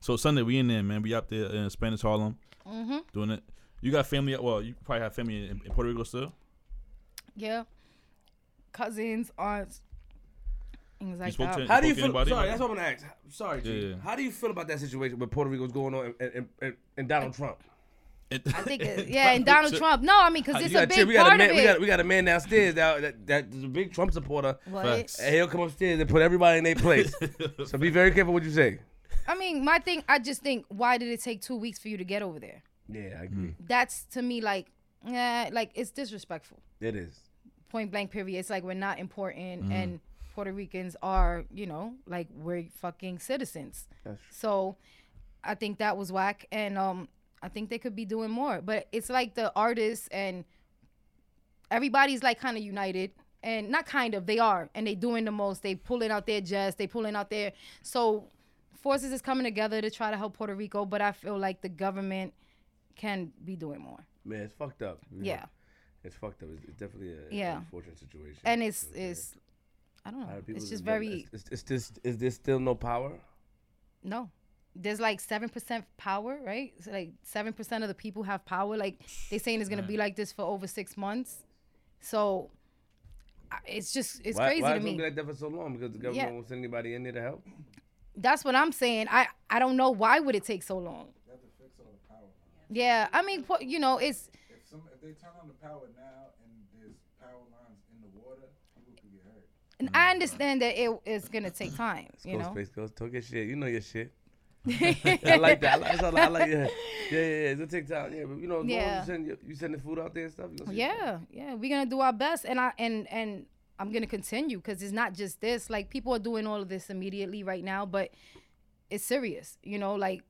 S2: So Sunday we in there, man. We out there in Spanish Harlem
S3: Mm-hmm.
S2: doing it. You got family? Well, you probably have family in, in Puerto Rico still.
S3: Yeah. Cousins, aunts, things like
S2: spoke
S3: that.
S2: to-
S1: How do you
S2: poke
S1: feel?
S2: anybody,
S1: sorry,
S2: like-
S1: that's what I'm gonna ask. Sorry, G.
S2: Yeah, yeah.
S1: How do you feel about that situation with Puerto Rico's going on and, and, and, and Donald Trump?
S2: [laughs]
S3: I think,
S1: [laughs]
S3: it, yeah, and Donald Trump. No, I mean, because it's
S1: You
S3: a
S1: got Chip-
S3: big
S1: we got
S3: part
S1: a man.
S3: of
S1: We got
S3: it.
S1: we got a man downstairs that that, that is a big Trump supporter.
S3: What?
S2: Facts.
S1: And he'll come upstairs and put everybody in their
S2: [laughs]
S1: place. so be very careful what you say.
S3: I mean, my thing, I just think, why did it take two weeks for you to get over there?
S1: Yeah, I agree.
S3: That's to me like, yeah, like it's disrespectful.
S1: It is.
S3: Point blank, period. It's like we're not important,
S1: Mm-hmm.
S3: and Puerto Ricans are, you know, like we're fucking citizens. So, I think that was whack, and um, I think they could be doing more. But it's like the artists and everybody's like kind of united and not kind of they are and they doing the most they pulling out their jets they pulling out their so forces is coming together to try to help puerto rico but i feel like the government can be doing more
S1: Man, it's fucked up. You know,
S3: yeah
S1: It's fucked up. It's, it's definitely a,
S3: Yeah.
S1: an unfortunate situation.
S3: and it's it's i don't
S1: A lot
S3: know
S1: of people
S3: it's just
S1: that- that-
S3: very
S1: Is, is, this, is there still no power?
S3: no there's like 7% power right so like 7% of the people have power like they saying it's going to be like this for over six months so I- it's just it's
S1: why,
S3: crazy
S1: why
S3: to
S1: it's
S3: me
S1: gonna be like that for so long? Because the government
S3: Yeah.
S1: won't send anybody in there to help.
S3: That's what I'm saying. I I don't know why would it take so long. Yeah, I mean, po- you know, it's
S7: If some if they turn on the power now and there's power lines in the water, people could get hurt.
S3: and I
S1: Mm.
S3: understand that it is gonna take time. You know,
S1: Ghostface Ghost, talk your shit. You know your shit.
S3: [laughs]
S1: [laughs] I like that. I like, that's all I like. Yeah, yeah, yeah. yeah. It's a TikTok. Yeah, but you know, as long as
S3: Yeah.
S1: you send your- you send the food out there and stuff. You gonna see
S3: yeah, yeah, we're gonna do our best, and I and and I'm gonna continue because it's not just this. Like people are doing all of this immediately right now, but it's serious. You know, like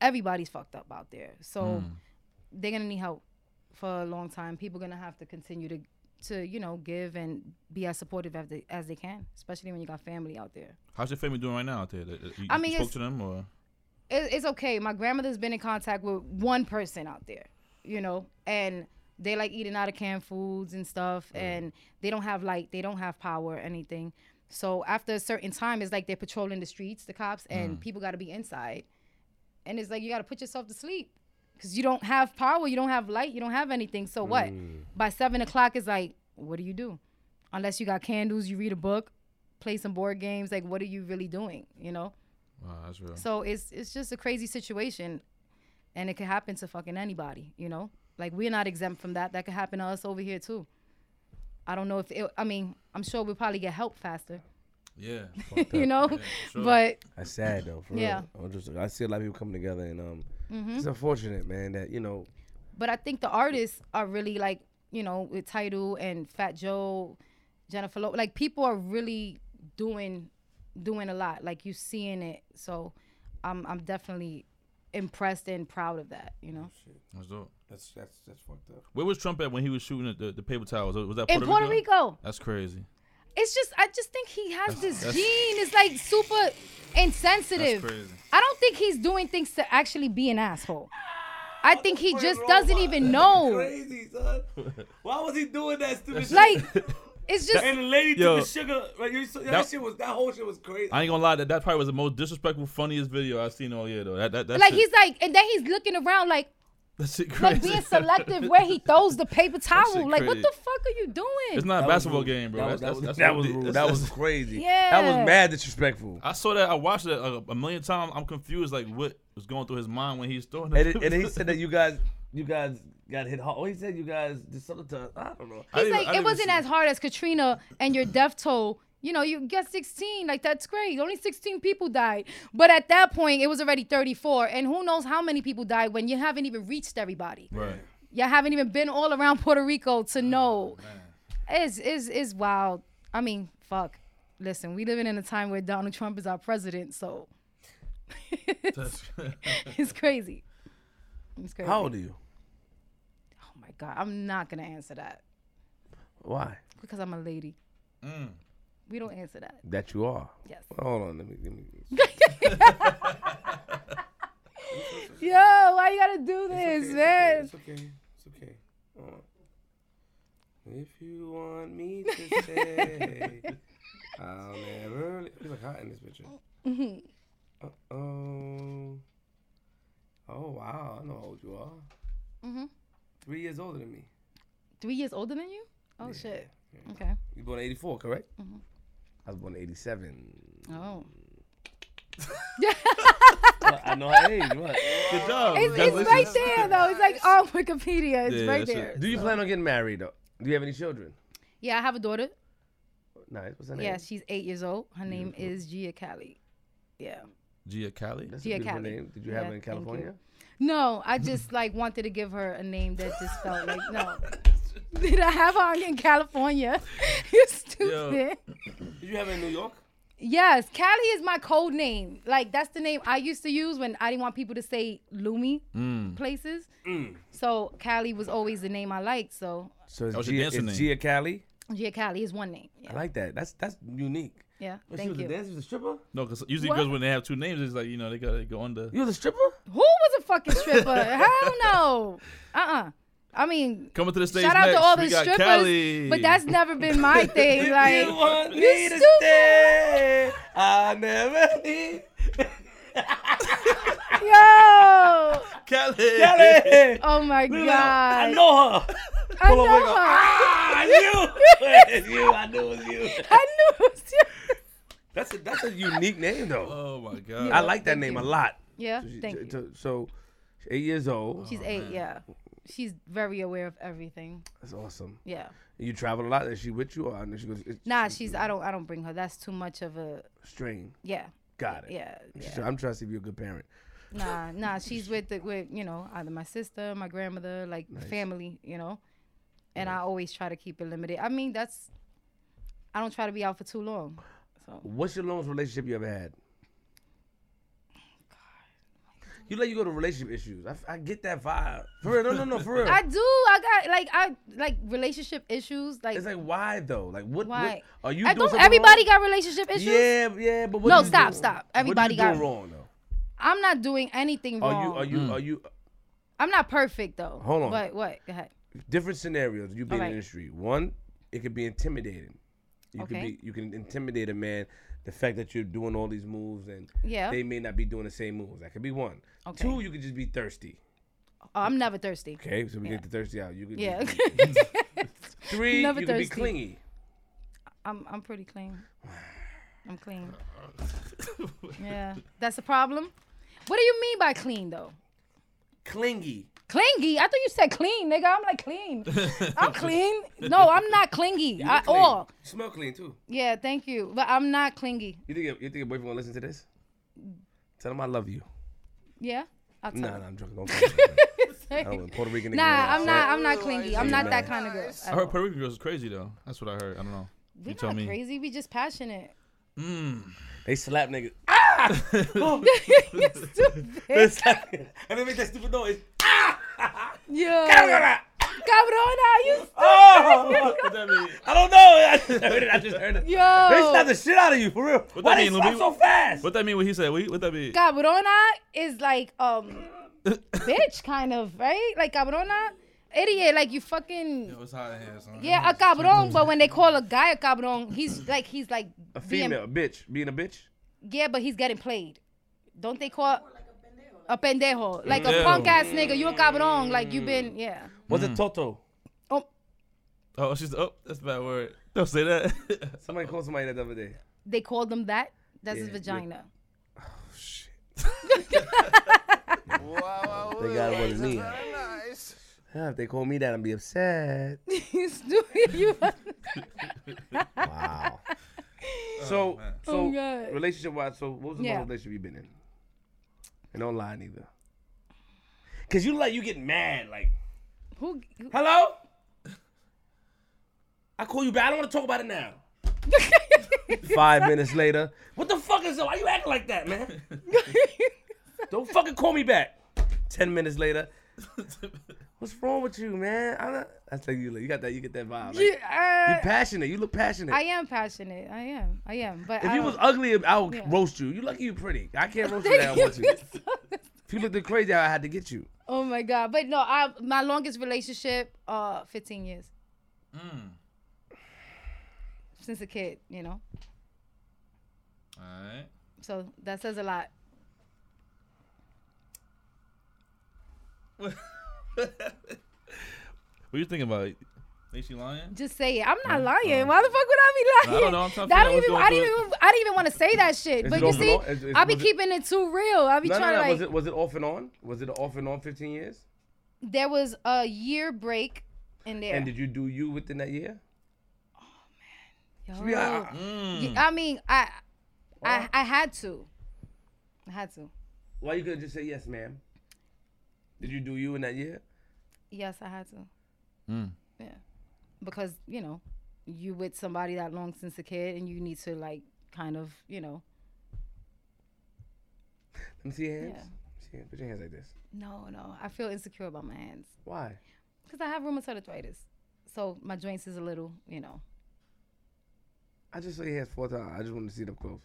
S3: everybody's fucked up out there, so they're gonna need help for a long time. People gonna have to continue to to you know give and be as supportive as they as they can, especially when you got family out there.
S2: How's your family doing right now out there? That- that- You,
S3: I
S2: you
S3: mean,
S2: spoke
S3: it's-
S2: to them or
S3: it, it's okay. My grandmother's been in contact with one person out there, you know, and they like eating out of canned foods and stuff, and they don't have light, they don't have power, or anything. So after a certain time, it's like they're patrolling the streets, the cops, and people got to be inside, and it's like you got to put yourself to sleep. Cause you don't have power, you don't have light, you don't have anything. So what? By seven o'clock, it's like, what do you do? Unless you got candles, you read a book, play some board games. Like, what are you really doing? You know.
S2: wow, that's real.
S3: So it's it's just a crazy situation, and it could happen to fucking anybody. You know, like we're not exempt from that. That could happen to us over here too. I don't know if it, I mean I'm sure we'll probably get help faster. [laughs]
S2: [laughs] yeah,
S3: you know,
S2: sure.
S3: but
S1: That's sad though. For
S3: Yeah. Mm-hmm.
S1: real. I'm just- I see a lot of people coming together, and um, it's unfortunate, man. That you know,
S3: but I think the artists are really like you know with Title and Fat Joe, Jennifer Lopez. Like people are really doing doing a lot. Like you seeing it. So I'm I'm definitely impressed and proud of that. You know.
S2: that's dope.
S7: That's that's that's fucked up.
S2: Where was Trump at when he was shooting at the, the paper towers? Was that
S3: In
S2: Puerto,
S3: Puerto Rico.
S2: That's crazy.
S3: It's just I just think he has this
S2: that's-
S3: gene. It's like super insensitive.
S2: That's crazy.
S3: I don't think he's doing things to actually be an asshole. I think he just doesn't even know.
S1: crazy [laughs] son. Why was he doing that [laughs] stupid shit?
S3: [laughs] Like it's just
S1: And the lady
S2: Yo.
S1: took the sugar. Like you, saw- that,
S2: That-
S1: shit was that whole shit was crazy.
S2: I ain't gonna lie, that that probably was the most disrespectful, funniest video I've seen all year though. That that, that
S3: like
S2: shit,
S3: he's like and then he's looking around like
S2: [laughs] that shit crazy.
S3: like being selective where he throws the paper towel. Like what
S2: crazy.
S3: the fuck are you doing?
S2: It's not a
S1: That was
S2: basketball
S1: rude.
S2: game, bro.
S1: That
S2: That's- that's-
S1: was- That was- [laughs]
S2: that's
S1: that
S2: what
S1: was
S2: the-
S1: rude. That
S2: that's-
S1: was crazy.
S3: Yeah.
S1: That was mad disrespectful.
S2: [laughs] I saw that. I watched that a, a million times. I'm confused, like what was going through his mind when he's throwing. that.
S1: And, it- and he said that you guys, you guys got hit hard. Oh, he said you guys did something to. I don't know.
S2: I
S3: He's
S2: didn't- I
S3: like,
S2: didn't
S3: it
S2: even
S3: wasn't
S2: see
S3: as hard as Katrina and your death toll. You know, you get 16, like that's great. Only 16 people died. But at that point, it was already 34. And who knows how many people died when you haven't even reached everybody.
S2: [laughs] Right.
S3: You haven't even been all around [laughs] Puerto Rico
S2: Oh,
S3: to know. It's, it's, it's wild. I mean, fuck. Listen, we living in a time where Donald Trump is our president, so [laughs]
S2: That's, [laughs]
S3: it's crazy. It's crazy.
S1: How old are you?
S3: Oh my God, I'm not gonna answer that
S1: Why?
S3: because I'm a lady.
S2: Mm.
S3: We don't answer that.
S1: That you are.
S3: Yes.
S1: Hold on. Let me. Let me.
S3: Yo, why you gotta do this, man?
S1: It's okay. It's okay. Hold on. If you want me
S3: [laughs]
S1: to say, I'll never. He's like hot in this picture.
S3: Mm-hmm.
S1: Uh oh. Oh wow, I know how old you are.
S3: Mhm.
S1: Three years older than me.
S3: Three years older than you? Oh
S1: Yeah.
S3: shit.
S1: Yeah.
S3: Okay.
S1: You born in '84, correct?
S3: Mhm.
S1: I was born in '87.
S3: Oh.
S1: I know her age. What?
S2: Good job.
S3: It's, it's right
S2: Congratulations.
S3: there though. It's like on Wikipedia. It's
S2: Yeah,
S3: right
S2: that's it.
S3: there.
S1: Do you plan on getting married though? Do you have any children?
S3: Yeah, I have a daughter.
S1: Nice. What's her name?
S3: Yeah, she's eight years old. Her name is Gia Cali. Yeah.
S2: Gia Cali.
S1: That's
S3: Gia
S1: a beautiful
S3: Cali.
S1: name. Did you
S3: Yeah,
S1: have it in
S3: thank you.
S1: California?
S3: No, I
S1: [laughs]
S3: just like wanted to give her a name that just felt like no. Did I have her in California? [laughs] you stupid.
S1: Did you have it in New York?
S3: Yes, Cali is my code name. Like that's the name I used to use when I didn't want people to say Lumi
S2: Mm.
S3: places.
S1: Mm.
S3: So Cali was always the name I liked. So
S1: So it's,
S2: That was your
S1: Gia,
S2: dancing
S1: it's
S2: name.
S1: Gia Cali.
S3: yeah, Cali is one name.
S1: I
S3: Yeah,
S1: like that. That's that's unique.
S3: yeah.
S1: But she
S3: thank
S1: was
S3: you.
S1: a dancer, she was a stripper.
S2: No, because usually
S3: What?
S2: because when they have two names, it's like you know they gotta go under.
S1: You was a stripper?
S3: Who was a fucking stripper?
S1: [laughs]
S3: Hell no. Uh uh I mean,
S2: Coming to the stage
S3: shout out
S2: next,
S3: to all
S2: we
S3: the
S2: got
S3: strippers,
S2: Cali.
S3: but that's never been
S1: [laughs]
S3: my thing. Like,
S1: you want
S3: you
S1: me to
S3: stupid.
S1: stay? I never did.
S3: yo,
S2: Cali.
S1: Cali.
S3: oh my
S1: Look at her.
S3: god,
S1: I know her.
S3: I
S1: Pull up,
S3: know
S1: wiggle.
S3: her.
S1: Ah,
S3: [laughs]
S1: it's you. it's you. I knew it was you.
S3: I knew it was you.
S1: That's a that's a unique name though.
S2: [laughs] Oh my god.
S1: I like that
S3: Thank
S1: name
S3: you.
S1: a lot.
S3: Yeah,
S1: So she-
S3: Uh, thank you.
S1: so- So, she's eight years old.
S3: She's eight. Yeah, she's very aware of everything.
S1: That's awesome.
S3: Yeah.
S1: You travel a lot. Is she with you or I know she goes? it's-
S3: Nah, she's. I don't. I don't bring her. That's too much of a.
S1: strain.
S3: Yeah.
S1: Got it.
S3: Yeah. yeah.
S1: So I'm trying to see if you're a good parent.
S3: Nah. Nah. She's with the with you know either my sister, my grandmother, like family. You know. And I always try to keep it limited. I mean, that's. I don't try to be out for too long. So
S1: What's your longest relationship you ever had? You let you go to relationship issues. I, I get that vibe. For real. No, no, no. For real.
S3: [laughs] I do. I got like I like relationship issues. Like,
S1: it's like why though? Like what?
S3: why?
S1: what are you?
S3: I
S1: doing
S3: don't.
S1: something
S3: Everybody
S1: wrong?
S3: got relationship issues.
S1: Yeah, yeah, but what
S3: No,
S1: you
S3: stop,
S1: doing?
S3: stop.
S1: What you
S3: Everybody
S1: doing
S3: got-
S1: wrong though.
S3: I'm not doing anything wrong.
S1: Are you? Are you? Are you?
S3: I'm not perfect though.
S1: Hold on.
S3: What? What? Go ahead.
S1: different scenarios you be in
S3: Alright.
S1: the industry. One, it could be intimidating. You could
S3: Okay.
S1: be you can intimidate a man the fact that you're doing all these moves and
S3: Yeah.
S1: they may not be doing the same moves. That could be one.
S3: Okay.
S1: Two, you could just be thirsty.
S3: Oh, I'm never thirsty.
S1: Okay, so we get the thirsty out. You could
S2: [laughs]
S1: be-
S3: Yeah. [laughs]
S1: Three,
S3: Never
S1: you could be
S3: thirsty.
S1: clingy.
S3: I'm I'm pretty clean. I'm clean. Yeah. That's a problem. What do you mean by clean though?
S1: Clingy.
S3: Clingy? I thought you said clean, nigga. I'm like clean. I'm clean. No, I'm not clingy at
S1: Clean.
S3: all.
S1: You smell clean too.
S3: Yeah, thank you. But I'm not clingy.
S1: You think your, you think your boyfriend gonna listen to this? Tell him I love you.
S3: Yeah? I'll tell
S1: Nah,
S3: him.
S1: nah, I'm joking. Don't
S3: [laughs]
S1: call him. [laughs] I don't know, Puerto Rican. nigga
S3: Nah,
S1: know what
S3: I'm not.
S1: saying.
S3: I'm not clingy. I'm not that kind of girl.
S2: [laughs] I heard Puerto Rican girls is crazy though. That's what I heard. I don't know.
S3: We're
S2: you tell
S3: not
S2: me.
S3: crazy. We
S2: [laughs]
S3: just passionate. [laughs]
S1: They slap niggas.
S3: You're stupid.
S1: [laughs] They slap- and they make that stupid noise.
S3: Yo. Cabrona, you
S1: Oh!
S2: What that mean?
S1: I don't know. [laughs] I just heard it. I just heard it.
S3: Yo.
S1: They slap the shit out of you for real.
S2: What
S1: Why
S2: that
S1: they
S2: mean,
S1: slap
S2: Lumi?
S1: so fast?
S2: What that mean? What he said? What, he- what that mean?
S3: cabrona is like um bitch kind of right like cabrona idiot like you fucking
S2: It's hot in here, son.
S3: yeah a cabron but when they call a guy a cabron he's like he's like
S1: A female, a bitch, being a bitch.
S3: yeah but he's getting played don't they call a pendejo like a
S2: Yeah.
S3: punk ass nigga you a cabron like you been yeah
S1: What's a toto?
S3: oh
S2: Oh, she's oh, that's a bad word. Don't say that. [laughs]
S1: Somebody called somebody that the other day.
S3: they called them that that's his
S1: Yeah, yeah.
S3: vagina
S1: They got it wasn't me. Yeah, if they call me that, I'd be upset.
S3: [laughs] he's doing you [laughs]
S1: Wow. so, so
S3: Oh, God.
S1: relationship wise, so what was the
S3: Yeah.
S1: longest relationship you been in? And don't lie neither. Cause you like you get mad like,
S3: who who- [laughs]
S1: hello. I call you back. I don't want to talk about it
S3: [laughs]
S1: now. Five minutes later, what the fuck is up? Why you acting like that, man? Don't fucking call me back. Ten minutes later, what's wrong with you, man? I'm not, I tell you, like, you got that, you get that vibe. Like,
S3: You-
S1: you
S3: uh,
S1: passionate. You look passionate.
S3: I am passionate. I am. I am. But
S1: if
S3: I
S1: you
S3: [laughs] don't-
S1: was ugly, I would
S3: Yeah. [laughs]
S1: roast you. You lucky you pretty. I can't roast you.
S3: Thank
S1: that I
S3: you.
S1: want you. If you looked at crazy, I had to get you.
S3: Oh my god! But no, I my longest relationship, uh, fifteen years.
S1: Mm.
S3: Since a kid, you know.
S2: All right.
S3: So that says a lot.
S2: what you thinking about? Think she lying?
S3: Just say it. I'm not lying. Why the fuck would I be
S2: I
S3: lying?
S2: don't know. I'm trying to
S3: That
S2: figure out what's
S3: don't even.
S2: going
S3: I didn't
S2: through it.
S3: even. I didn't even want to say that shit.
S1: Is
S3: but
S1: it
S3: you
S1: off and
S3: see,
S1: on? Is- is-
S3: I be
S1: was it-
S3: keeping it too real. I be
S1: No, no,
S3: trying
S1: no.
S3: to like.
S1: was it was it off and on? Was it off and on? Fifteen years?
S3: There was a year break in there.
S1: And did you do you within that year?
S3: Yo.
S1: Yeah.
S2: Mm.
S3: Y- I mean, I, I, I had to. I had to.
S1: Why you couldn't just say yes, ma'am? Did you do you in that year?
S3: Yes, I had to.
S2: Mm.
S3: Yeah, because you know, you with somebody that long since a kid, and you need to like kind of, you know,
S1: Let me see your hands.
S3: Yeah.
S1: See your hands. Put your hands like this.
S3: no, no, I feel insecure about my hands
S1: Why?
S3: because I have rheumatoid arthritis, so my joints is a little, you know, [laughs]
S1: I just saw your hands four times. I just wanted to see it up close.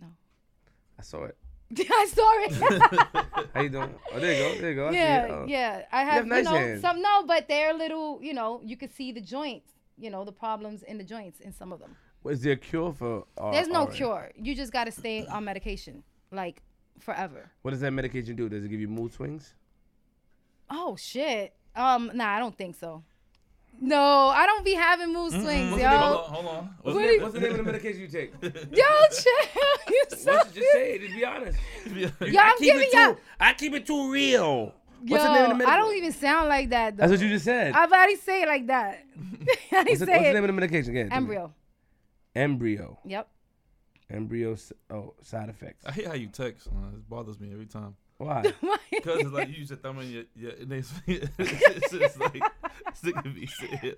S3: No.
S1: I saw it.
S3: I saw [laughs] it.
S1: How you doing? Oh, there you go. There you go. I see it.
S3: yeah,
S1: Oh.
S3: yeah. I have, you,
S1: nice
S3: know,
S1: hands.
S3: some no, but they're little, you know, you can see the joints, you know, the problems in the joints in some of them.
S1: Well, Is there a cure for? uh,
S3: There's no
S1: RA?
S3: cure. You just gotta stay on medication like forever.
S1: What does that medication do? Does it give you mood swings?
S3: Oh shit. Um, nah, I don't think so. No, I don't be having mood swings,
S2: Hold
S3: yo.
S2: on, hold on.
S3: What do you-
S1: What's the name of the medication you take?
S3: Yo, chill. [laughs] you so
S1: Just say it. Just be honest.
S3: Yo, I'm
S1: keep
S3: giving
S1: it
S3: y'all.
S1: too. I keep it too real.
S3: Yo,
S1: What's the name of the
S3: I
S1: medication?
S3: don't even sound like that though.
S1: That's what you just said.
S3: I've already say it like
S1: [laughs]
S3: that. [laughs] I already
S1: what's the, what's
S3: say
S1: the name
S3: it.
S1: of the medication again? tell me.
S3: Embryo.
S1: Embryo.
S3: Yep. [laughs]
S1: Embryo. s- Oh, side effects.
S2: I hate how you text. man. It bothers me every time.
S1: Why?
S2: [laughs] Cause it's like you use your thumb and your, your and it's, [laughs] it's just like sick of me.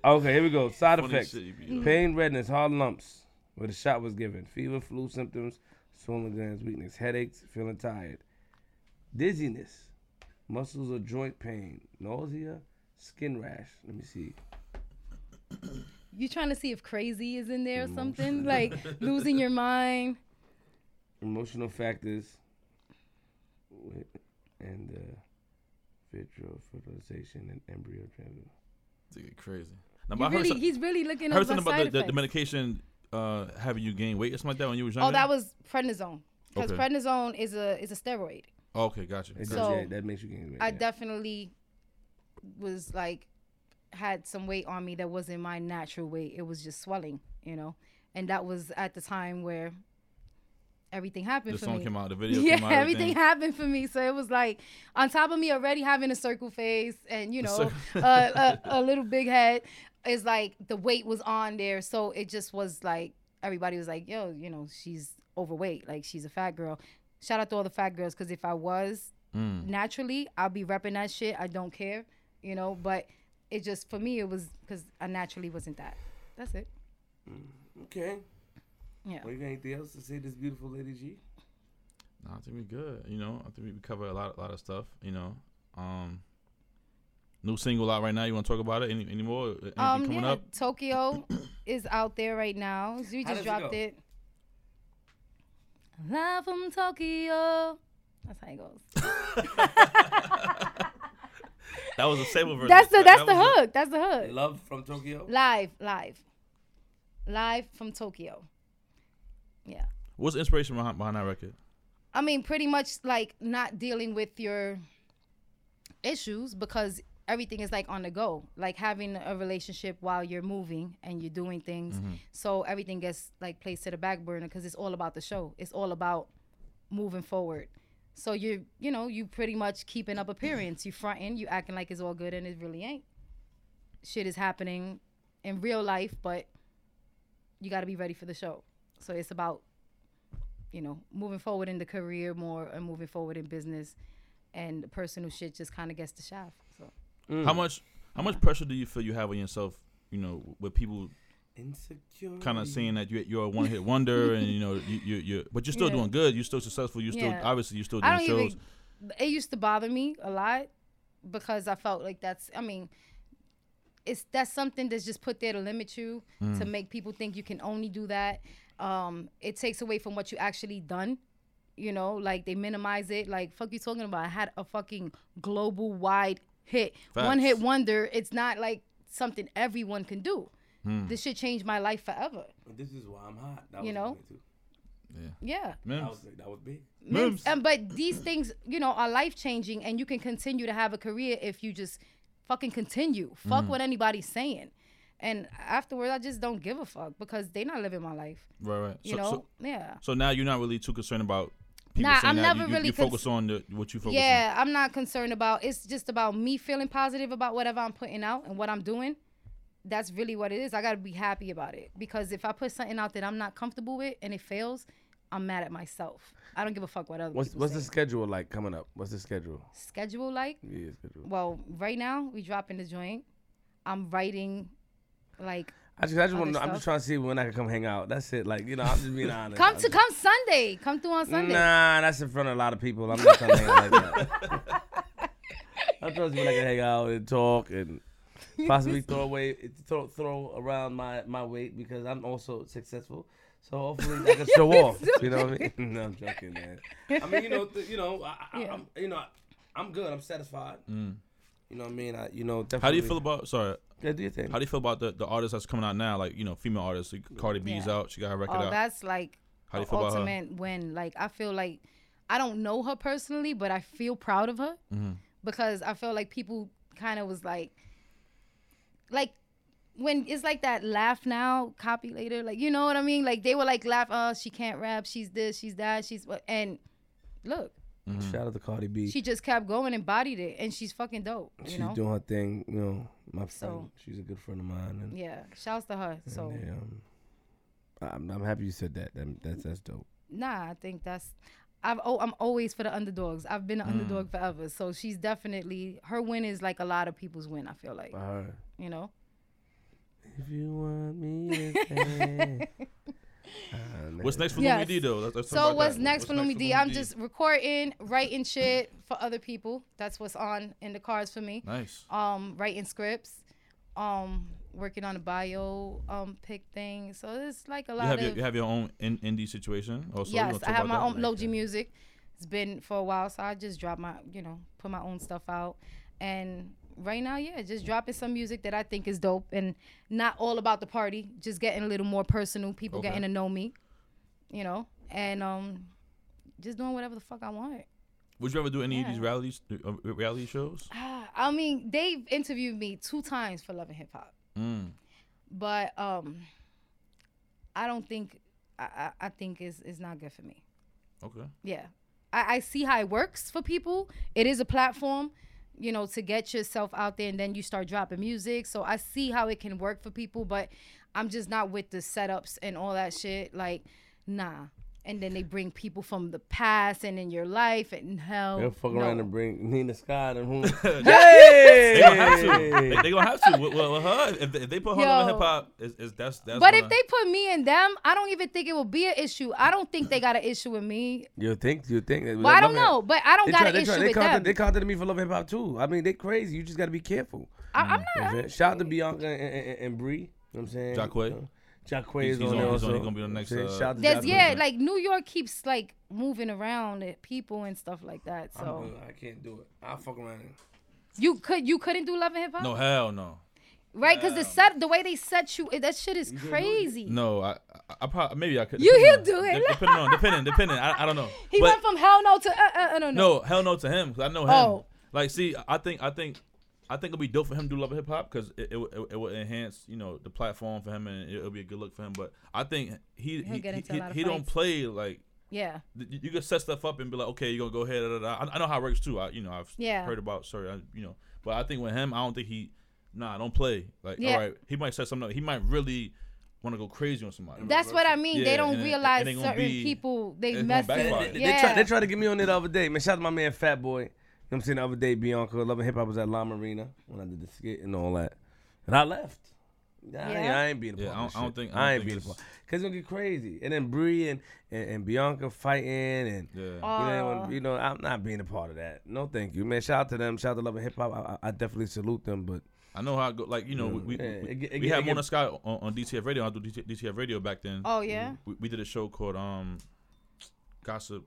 S1: Okay, here we [laughs] go. Side effects:
S2: shit you be doing.
S1: pain, redness, hard lumps where the shot was given, fever, flu symptoms, swollen glands, weakness, headaches, feeling tired, dizziness, muscles or joint pain, nausea, skin rash. Let me see.
S3: You trying to see if crazy is in
S1: Mm.
S3: there or
S1: [laughs]
S3: something? Like losing your mind.
S1: emotional factors with, and uh, vitro fertilization and embryo transfer.
S2: This nigga crazy. Now,
S3: You
S2: but I heard,
S3: really,
S2: some-
S3: he's really looking
S2: I
S3: up
S2: heard
S3: what
S2: something
S3: side
S2: about the, the, the
S3: effects.
S2: medication uh, having you gain weight or something like that when you was younger.
S3: Oh, that was prednisone. Because
S2: Okay.
S3: prednisone is a is a steroid.
S2: Oh, okay, gotcha.
S1: It does,
S3: So,
S1: yeah, that makes you gain weight.
S3: I
S1: yeah.
S3: definitely was like had some weight on me that wasn't my natural weight. It was just swelling, you know. And that was at the time where everything happened
S2: The
S3: for
S2: song
S3: me.
S2: came out, the video
S3: [laughs] yeah,
S2: came out.
S3: everything happened for me. So it was like on top of me already having a circle face and you know a,
S2: circle-
S3: a, a little big head is like the weight was on there. So it just was like everybody was like, yo, you know, she's overweight, like she's a fat girl. Shout out to all the fat girls because if I was,
S2: Mm.
S3: naturally i'll be repping that shit i don't care you know but it just for me it was because i naturally wasn't that that's it
S1: Okay.
S3: yeah
S1: Well, you got anything else to say, this beautiful lady G?
S2: Nah, I think we good. You know, I think we cover a lot, a lot of stuff. You know, um, new single out right now. You want to talk about it any anymore? Anything
S3: um
S2: coming
S3: yeah
S2: up?
S3: tokyo [coughs] is out there right now we
S1: How does
S3: just
S1: it
S3: dropped
S1: go?
S3: it live from tokyo that's how it goes
S2: That was a Sable version.
S3: that's the
S2: That-
S3: that's
S2: that
S3: the
S2: was
S3: hook that's the hook
S1: Love from Tokyo.
S3: live live live from tokyo yeah
S2: What's the inspiration behind, behind that record?
S3: I mean, pretty much like not dealing with your issues because everything is like on the go, like having a relationship while you're moving and you're doing things. So everything gets like placed to the back burner because it's all about the show. It's all about moving forward. So you're, you know, you pretty much keeping up appearance. You fronting, you acting like it's all good and it really ain't. Shit is happening in real life, but you got to be ready for the show. So it's about you know, moving forward in the career more and moving forward in business and the personal shit just kind of gets the shaft. So
S2: How much how much pressure do you feel you have on yourself? You know, with people
S1: Insecure.
S2: kind of saying that you're, you're a one hit
S3: [laughs]
S2: wonder, and you know, you, you, you're but you're still
S3: Yeah.
S2: doing good. You're still successful. You're still
S3: Yeah.
S2: obviously you're still
S3: I
S2: doing
S3: don't
S2: shows.
S3: even, it used to bother me a lot because I felt like that's, I mean, it's that's something that's just put there to limit you to make people think you can only do that. Um, it takes away from what you actually done. You know, like they minimize it. Like fuck you talking about. I had a fucking global wide hit, one
S2: Facts.
S3: hit wonder. It's not like something everyone can do. This should change my life forever.
S1: This is why I'm hot. That
S3: You
S1: was
S3: know?
S1: big, too.
S3: Yeah.
S2: Man,
S1: That was that was big.
S2: Mims.
S3: Mims. And um, but these things, you know, are life changing, and you can continue to have a career if you just fucking continue.
S1: Mm.
S3: Fuck what anybody's saying. And afterwards, I just don't give a fuck because they not living my life.
S2: right, right.
S3: You know, yeah.
S2: So now you're not really too concerned about people
S3: Nah,
S2: saying
S3: I'm
S2: that.
S3: never
S2: you, you-
S3: really
S2: you focus
S3: cons-
S2: on the, what you focus on.
S3: Yeah, I'm not concerned about. It's just about me feeling positive about whatever I'm putting out and what I'm doing. That's really what it is. I gotta be happy about it because if I put something out that I'm not comfortable with and it fails, I'm mad at myself. I don't give a fuck what other
S1: What's
S3: people
S1: what's
S3: say.
S1: the schedule like coming up? What's the schedule?
S3: schedule like?
S1: Yeah, schedule.
S3: Well, right now we dropping the joint. I'm writing, like
S1: I just I just
S3: Other
S1: want to know. I'm
S3: stuff?
S1: just trying to see when I can come hang out. That's it. Like you know, I'm
S3: [laughs]
S1: just being honest.
S3: come
S1: I'm
S3: to
S1: just-
S3: come Sunday. Come through on Sunday.
S1: Nah, that's in front of a lot of people. I'm not trying to hang out like that.
S3: [laughs]
S1: I'm trying to see when I can hang out and talk and
S3: [laughs]
S1: possibly throw away, throw, throw around my, my weight because I'm also successful. So hopefully I can show
S3: [laughs]
S1: off. You know what I mean? [laughs] No, I'm joking, man. I mean, you know, th- you know, I, I,
S3: Yeah.
S1: I'm, you know, I'm good. I'm satisfied. You know what I mean? I, you know, definitely.
S2: Mm. How do you feel about? Sorry,
S1: Yeah, do your thing.
S2: how do you feel about the, the artists that's coming out now? Like you know, female artists. Like Cardi B's
S3: Yeah.
S2: out. She got her record
S3: Oh,
S2: out.
S3: that's like
S2: How do you
S3: a
S2: feel about her?
S3: ultimate win. Like I feel like I don't know her personally, but I feel proud of her
S2: Mm-hmm.
S3: because I feel like people kind of was like, like when it's like that laugh now, copy later. Like you know what I mean? Like they were like laugh, oh she can't rap, she's this, she's that, she's what, and look,
S1: Shout out to Cardi B.
S3: she just kept going and bodied it, and she's fucking dope. You
S1: She's
S3: know?
S1: doing her thing. You know, my friend.
S3: So-
S1: She's a good friend of mine. And,
S3: Yeah, shouts to her. So
S1: and, um, I'm, I'm happy you said that. That- That's that's dope.
S3: nah, I think that's I've oh I'm always for the underdogs. I've been an underdog forever, so she's definitely her win is like a lot of people's win. I feel like
S1: Alright.
S3: you know.
S1: If you want me to Ah, stay.
S2: What's next for Lumi
S3: Yes.
S2: D though? Let's- let's talk
S3: So
S2: about
S3: what's
S2: that.
S3: next for Lumi D? I'm
S2: Lumi
S3: just recording, writing shit for other people. That's what's on in the cards for me.
S2: nice.
S3: Um, writing scripts, um, working on a bio um pick thing. So it's like a
S2: You
S3: lot
S2: have
S3: of
S2: your, you have your own in, indie situation. Also,
S3: yes, I have my own Logi music. It's been for a while, so I just drop my, you know, put my own stuff out. And right now, yeah, just dropping some music that I think is dope and not all about the party, just getting a little more personal, people
S2: Okay.
S3: getting to know me, you know, and um just doing whatever the fuck I want. [sighs]
S2: Would you ever do any of
S3: Yeah.
S2: these rallies, uh, reality shows?
S3: Ah, I mean, they've interviewed me two times for Love and Hip Hop,
S2: Mm.
S3: but um I don't think I, I, I think is is not good for me.
S2: Okay.
S3: yeah I, I see how it works for people it is a platform you know to get yourself out there and then you start dropping music so i see how it can work for people but i'm just not with the setups and all that shit like nah and then they bring people from the past and in your life and hell
S1: They'll fuck
S3: no.
S1: around and bring Nina Scott and who?
S2: [laughs] They gonna have to.
S1: Hey!
S2: They, they gonna have to. With, with- with her, if they, if they put her on
S3: Yo.
S2: hip hop, is, is that's that's.
S3: but
S2: gonna-
S3: if they put me in them i don't even think it will be an issue i don't think they got an issue with me
S1: you think? You think? that-
S3: well i don't
S1: Love Hip-
S3: know but i don't
S1: They
S3: got
S1: try-
S3: an
S1: they
S3: issue
S1: try- they
S3: with
S1: contacted-
S3: them
S1: They contacted me for Love Hip Hop too. I mean, they crazy. You just got to be careful.
S3: I, i'm
S1: You know
S3: not
S1: what I'm saying? Shout out to Bianca and, and, and- and Bree. You know what I'm saying?
S2: Jacque.
S1: Jacque
S2: He's-
S1: is
S2: he's
S1: on
S2: on-
S1: there
S2: he's on-
S1: also.
S2: he gonna be on the next,
S1: You know what
S2: uh,
S1: I'm saying? Shout out to
S3: There's
S1: Jacque.
S3: yeah, like New York keeps like moving around at people and stuff like that.
S1: I'm
S3: So
S1: good. I can't do it. I'll fuck around.
S3: you could you couldn't do Love and Hip Hop,
S2: no hell no
S3: right? Because the set the way they set you that shit is crazy.
S2: no I I, I probably maybe I could.
S3: You-
S2: depending
S3: he'll
S2: on-
S3: do it.
S2: de- Depending on depending depending I, I don't know.
S3: He
S2: But-
S3: went from hell no to uh, uh, I don't
S2: No,
S3: know.
S2: hell no to him because I know him.
S3: Oh.
S2: Like, see, I think, I think, I think it'll be dope for him to do love and hip hop because it, it, will- it, will- it will enhance, you know, the platform for him and it'll be a good look for him. But I think he he
S3: get
S2: he,
S3: into a
S2: he,
S3: lot of
S2: he don't
S3: fights.
S2: play like
S3: Yeah,
S2: th- you can set stuff up and be like, okay, you're gonna go ahead. Da, da, da. I, I know how it works too. I you know I've
S3: Yeah.
S2: heard about sorry, I, you know, but I think with him, I don't think he nah don't play like
S3: Yeah.
S2: all right. He might set something. up. He might really want to go crazy on somebody.
S3: that's what I mean.
S2: Yeah,
S3: they don't
S2: and it-
S3: realize
S2: and it gonna
S3: certain
S2: be-
S3: people they
S2: it's
S3: mess
S2: gonna
S1: They-
S2: backfire.
S3: with.
S1: They,
S3: Yeah,
S1: they, tried, they tried to get me on there the other day. Man, shout out to my man Fat Boy. You know what I'm saying? The other day, Bianca, Love and Hip Hop was at La Marina when I did the skit and all that. And I left. Yeah, I, ain't,
S3: Yeah.
S1: I ain't being a part
S2: Yeah,
S1: of
S2: I
S1: this
S2: don't- I don't
S1: shit.
S2: think- I
S1: I
S2: don't
S1: ain't
S2: think
S1: being a
S2: it's-
S1: part. Because it's going to get crazy. And then Bree and, and, and Bianca fighting and.
S2: Yeah.
S1: You know,
S3: Oh.
S1: you know, I'm not being a part of that. No, thank you, man. Shout out to them. Shout out to Love and Hip Hop. I, I- I definitely salute them, but
S2: I know how it go. Like you know, we we,
S1: Yeah, it
S2: we,
S1: get- it
S2: we
S1: get- Oh.
S2: had
S1: it get-
S2: Mona Scott on, on DTF Radio. I do DT, DTF Radio back then.
S3: oh yeah,
S2: We, we did a show called um, Gossip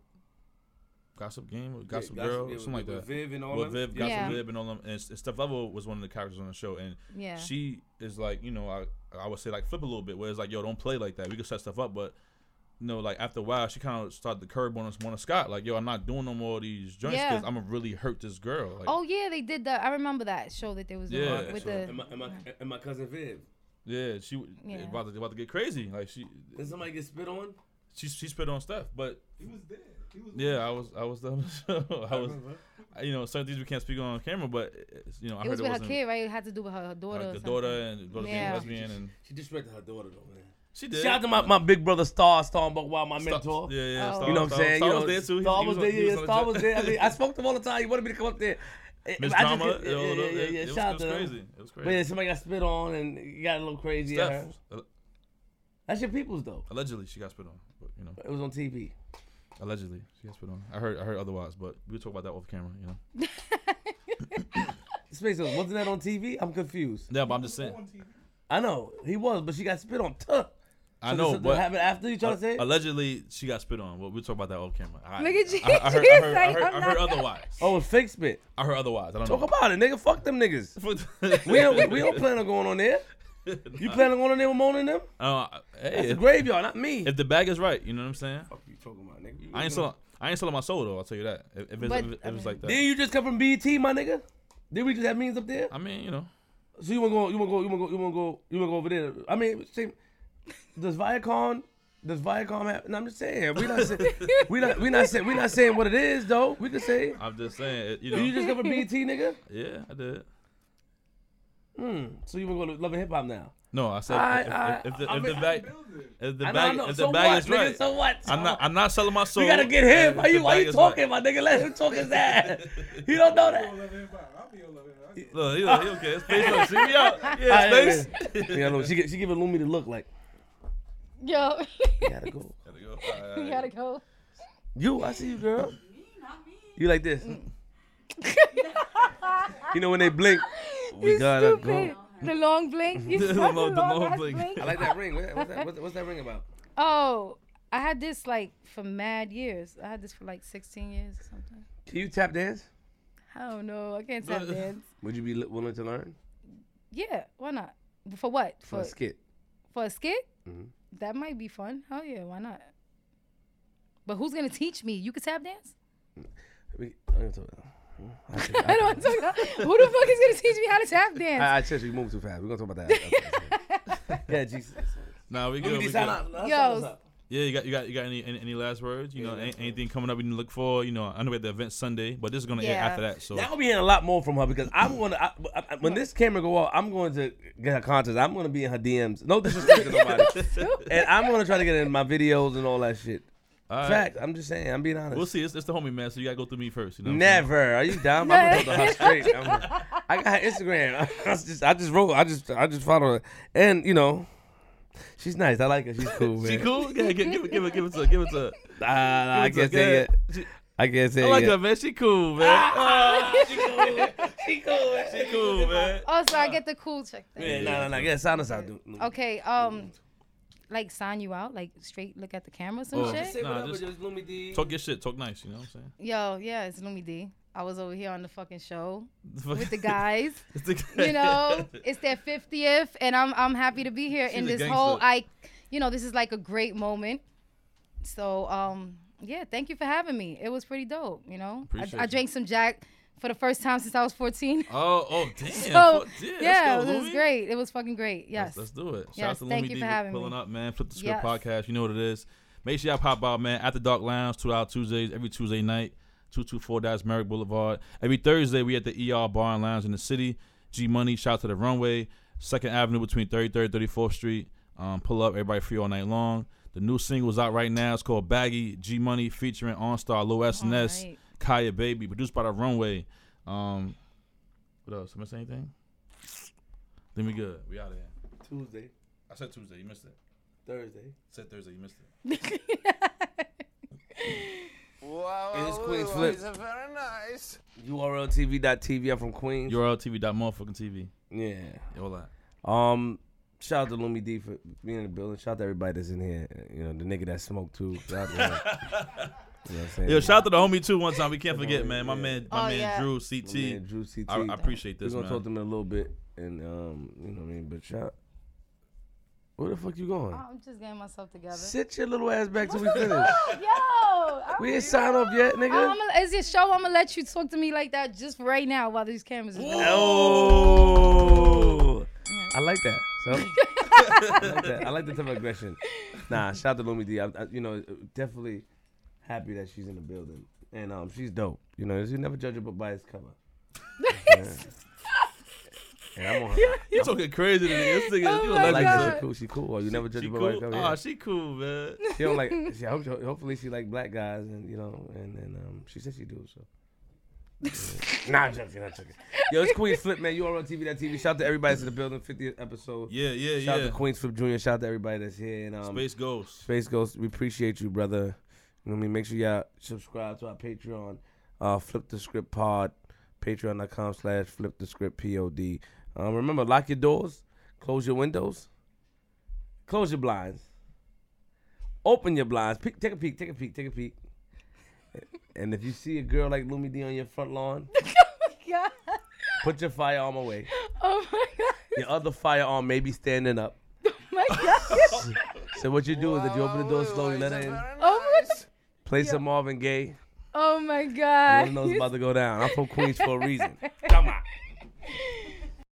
S2: Gossip Game, or Gossip
S1: Gossip
S2: Girl,
S1: Game
S2: or
S1: with-
S2: something like
S1: with
S2: that.
S1: Viv and all
S2: with
S1: them?
S2: Viv, Gossip
S3: Yeah.
S2: Viv, and all them. And S- Steph Level was one of the characters on the show, and
S3: Yeah.
S2: she is like, you know, I I would say like flip a little bit, where it's like, yo, don't play like that. We can set stuff up, but. You know, like after a while, she kind of started to curb on us, one of Scott. Like, yo, I'm not doing no more of these joints
S3: Yeah.
S2: because I'm gonna really hurt this girl. Like,
S3: Oh yeah, they did that. I remember that show that they was doing
S2: Yeah.
S3: with
S2: Sure.
S3: the
S1: And my, and, my, and my cousin Viv.
S2: yeah, she w
S3: Yeah.
S2: about to about to get crazy. Like, she
S1: Did somebody get spit on?
S2: she she spit on Steph, but
S7: He was there. He was
S2: yeah, I was I was there. on the show. [laughs] I was
S1: remember.
S2: you know certain things we can't speak on camera, but it's- you know I
S3: it
S2: heard
S3: was
S2: it
S3: with her
S2: wasn't
S3: kid, right? It had to do with her, her daughter.
S2: like the
S3: or something.
S2: daughter and daughter being
S3: Yeah.
S2: lesbian and
S1: She disrespected her daughter though, man.
S2: she did.
S1: Shout out to my, my big brother Star, Star Buckwall, my
S2: Star-
S1: mentor.
S2: Yeah, yeah.
S3: Oh.
S2: Star,
S1: You know what I'm
S2: Star-
S1: saying?
S2: Star
S1: you know,
S2: was there too. He-
S1: Star
S2: he
S1: was,
S2: on-
S1: there.
S2: he
S1: Yeah,
S2: on the
S1: Star
S2: jet.
S1: was there. I mean, I spoke to him all the time. He wanted me to come up there. Eh,
S2: [laughs] Miss
S1: I just
S2: Drama.
S1: get-
S2: Yeah, all of
S1: yeah,
S2: them.
S1: yeah,
S2: It-
S1: yeah.
S2: it was- it
S1: Shout out
S2: was
S1: to
S2: crazy.
S1: him.
S2: It was
S1: But yeah,
S2: crazy.
S1: somebody got spit on and he got a little crazy at her.
S2: Steph, al-
S1: That's your people's though.
S2: allegedly she got spit on, but you know,
S1: It was on TV.
S2: allegedly she got spit on. I heard I heard otherwise, but we'll talk about that off camera. You know.
S1: Space Ghost, wasn't that on TV? I'm confused.
S2: Yeah, but I'm just saying.
S7: on TV.
S1: I know he was, but she got spit on. Tuh.
S2: I
S1: So
S2: know,
S1: this-
S2: but
S1: What happened after you trying to say?
S2: a- allegedly she got spit on. Well, we'll talk about that off camera. I,
S3: Look at you.
S2: I, I, heard, I,
S3: She's
S2: heard, I,
S3: like,
S2: heard,
S3: I'm
S2: I heard
S3: not-
S2: otherwise.
S1: oh, it's fake spit.
S2: I heard otherwise. I don't
S1: Talk
S2: know.
S1: about it, nigga. Fuck them niggas.
S2: [laughs]
S1: [laughs] We don't, we don't plan on going on there. You plan on going on there with Mona and them?
S2: Uh, hey,
S1: It's a
S2: if,
S1: graveyard, not me.
S2: if the bag is right, you know what I'm saying.
S1: fuck you talking about, nigga?
S2: I ain't selling. I ain't selling my soul though. I'll tell you that. If, if, it's,
S3: But,
S2: if, it-
S3: I
S2: if it's like that,
S1: Didn't you just come from BT, my nigga? Did we just have means up there?
S2: I mean, you know,
S1: So you wanna go? You wanna go? You wanna go? You wanna go? You wanna go over there? I mean, same. Does Viacom? Does Viacom have? No, I'm just saying. We not. [laughs] Say, we not. We not saying. We not saying what it is though. We could say.
S2: I'm just saying. it- You know,
S1: You just come from BT, nigga.
S2: yeah, I did.
S1: So you wanna go to Love and Hip Hop now?
S2: No, I said
S1: I-
S2: if,
S1: I-
S2: if, if the,
S1: I
S2: if
S1: mean-
S2: the bag
S7: Building.
S2: if the
S1: I know, I
S2: bag
S1: know.
S2: if
S1: So
S2: the bag
S1: what,
S2: is
S1: nigga?
S2: right,
S1: So what?
S2: I'm not I'm not selling my soul.
S1: We gotta get him.
S2: If
S1: Why you?
S2: the
S1: Why
S2: bag
S1: you
S2: is right.
S1: talking, my nigga? Let him
S2: [laughs]
S1: talk his ass. You don't know
S7: All
S1: that.
S7: of him, but I'll be all of him. I just-
S2: Look, he, look, he okay. It's face up. See me out.
S1: [laughs]
S2: Yeah,
S1: All right,
S2: it's
S1: yeah,
S2: face.
S1: Yeah, look, she gi- she giving Lumi the look like
S3: Yo, [laughs]
S1: you gotta go.
S2: Gotta go. All right, all
S3: you
S2: right.
S3: gotta go.
S1: You, I see you, girl.
S8: Me, not me.
S1: You like this? [laughs] you know when they blink, we
S3: You
S1: gotta
S3: stupid.
S1: go.
S3: The long
S1: [laughs]
S3: blink. You
S2: The
S3: the
S2: long-
S3: long, the
S2: the long
S3: long
S2: blink.
S3: blink.
S1: I like that ring. What- What's that, what's, what's that ring about?
S3: Oh, I had this like for mad years. I had this for like 16 years or something.
S1: Can you tap dance?
S3: I don't know. I
S1: [laughs]
S3: can't tap dance.
S1: Would you be li- willing to learn
S3: Yeah, why not? For what?
S1: for a skit? Mm-hmm.
S3: For a skit? That might be fun. Hell yeah, why not? But who's gonna teach me? You can tap dance? [laughs]
S1: We- I don't talk- I think-
S3: I don't want to talk about who the fuck is gonna teach me how to tap dance?
S1: [laughs] I, I said you move too fast. We're gonna talk about that. [laughs] yeah, Jesus.
S2: Nah, we good. We good.
S3: Yo,
S2: Yeah, you got you got you got any any, any last words? You know, an- anything coming up we need to look for? You know, I know we had the event Sunday, but this is gonna air
S3: Yeah.
S2: after that. So [laughs]
S1: Now I'll be hearing a lot more from her because I'm gonna I, I- I- when this camera go off, I'm going to get her contacts. I'm gonna be in her DMs. No disrespect to [laughs] nobody, and I'm gonna try to get in my videos and all that shit.
S2: all right.
S1: Fact, I'm just saying. I'm being honest.
S2: We'll see. It's, it's the homie, man. So you gotta go through me first. You know. what I'm saying?
S1: Never. Are you dumb? I'm gonna talk to
S2: [laughs]
S1: her straight. I'm- I got her Instagram. [laughs] I just, I just wrote. I just, I just follow her, and you know, she's nice. I like her. She's cool,
S2: [laughs]
S1: man.
S2: She cool? Yeah, give, give, it- give it, give it to, her, give it to. her.
S1: Uh, I
S2: Give it
S1: can't
S2: to her.
S1: say it.
S2: Yeah. She-
S1: I can't say
S2: I
S1: it.
S2: like
S1: yet.
S2: her, man. She cool, man.
S3: [laughs]
S2: Ah, she cool.
S1: She cool, man.
S2: She cool, man.
S3: oh, so I get the cool check. Then.
S1: Yeah, no, no, no. Yeah, sound us out, dude.
S3: Okay, um, like sign you out, like straight look at the camera, some
S2: Oh.
S3: shit.
S2: Say Nah, whatever, just-
S1: Lumi D.
S2: Talk your shit. Talk nice. You know what I'm
S3: Yo, yeah, it's Lumi D. I was over here on the fucking show
S2: saying? [laughs]
S3: with the guys.
S2: It's the-
S3: You know, it's their fiftieth, and I'm I'm happy to be here
S2: She's
S3: in
S2: a
S3: this
S2: gangster.
S3: whole. I, you know, this is like a great moment. So, um, yeah, thank you for having me. It was pretty dope. You know, I,
S2: Appreciate
S3: I
S2: you.
S3: drank some Jack for the first time since I was [laughs] 14.
S2: [laughs] Oh, oh, damn.
S3: so,
S2: Fuck, yeah,
S3: yeah,
S2: let's go,
S3: it was
S2: Lumi.
S3: great. It was fucking great. Yes.
S2: Let's, let's do it. Shout out
S3: Yes,
S2: to
S3: thank
S2: Lumi
S3: you
S2: D
S3: for
S2: for
S3: having
S2: pulling
S3: me.
S2: up, man. Flip the script
S3: Yes.
S2: podcast. You know what it is. Make sure y'all pop out, man. At the Dark Lounge, two hour Tuesdays every Tuesday night, two two four Dash Merrick Boulevard. Every Thursday we at the ER Bar and Lounge in the city. G Money, shout out to the Runway, Second Avenue between 33rd, 34th Street. Um, pull up, everybody free all night long. The new single's out right now. It's called Baggy G Money featuring OnStar, Low S and S,
S3: right.
S2: Kaya Baby, produced by the Runway. Um, what else? Am I missing anything? Then we good. We out of here.
S1: Tuesday,
S2: I said Tuesday. You missed it.
S1: Thursday.
S2: said Thursday. You missed it. Oh,
S1: It is Queens Flip. URLTV.tv. I'm from Queens.
S2: URLTV dot motherfucking TV.
S1: yeah.
S2: All that.
S1: Um, shout out to Lumi D [laughs] for being in the building. Shout out to everybody that's in here. You know, the nigga that smoked too. Shout out to him. You know what I'm saying?
S2: Yo, shout out to the homie too. One time we can't forget, man. My man, my
S3: Oh,
S2: man
S3: yeah.
S2: Drew
S1: My
S2: CT.
S1: man, Drew CT.
S2: I, I appreciate
S1: We're
S2: this,
S1: gonna
S2: man.
S1: talk to him in a little bit, and um, you know what I mean. But shout. Where the fuck you going?
S3: I'm just getting myself together.
S1: Sit your little ass back till we finish.
S3: Yo, I'm-
S1: We ain't signed off yet, nigga.
S3: I'm a, it's your show. I'm gonna let you talk to me like that just right now while these cameras. [laughs] Is
S1: Oh, I like that. So. [laughs] I like that. I like the type of aggression. Nah, shout out to Lumi D. I, I, you know, definitely happy that she's in the building, and um, she's dope. You know, you never judge a book by its cover. Yeah. And
S2: [laughs]
S1: I'm on her.
S2: You talking crazy to me? This nigga,
S3: Oh
S2: you a
S3: my
S1: I
S2: legend.
S1: like
S3: God.
S1: that. She cool. She cool. Or you never judge
S2: She
S1: a book by its
S2: cool.
S1: cover. yeah.
S2: [laughs] Oh, she cool, man.
S1: She don't like. She, I hope, hopefully, she like black guys, and you know, and and um, she said
S2: [laughs]
S1: she do. So. Yeah. nah, I'm joking. I'm joking. Yo, it's Queens Flip, man. You are on TV. That TV. Shout out to everybody that's in the building. 50th episode.
S2: Yeah, yeah,
S1: Shout out
S2: yeah.
S1: to Queens Flip Junior. Shout out to everybody that's here. And um, Space,
S2: Space Ghost.
S1: Ghost, we appreciate you, brother. You know what I mean? Make sure y'all subscribe to our Patreon. Uh, Flip the Script Pod. Patreon.com slash Flip the Script Pod. Um, remember, lock your doors, close your windows, close your blinds, open your blinds. Peek, take a peek. Take a peek. Take a peek. And if you see a girl like Lumi D on your front lawn,
S3: God.
S1: put your firearm away.
S3: Oh my god.
S1: Your other firearm may be standing up.
S3: My god.
S1: So what you do is that you open the door slowly, let her in,
S3: Oh my.
S1: play some Marvin Gaye.
S3: Oh my
S1: Everyone
S3: god.
S1: knows it's about to go down. I'm from Queens for a reason.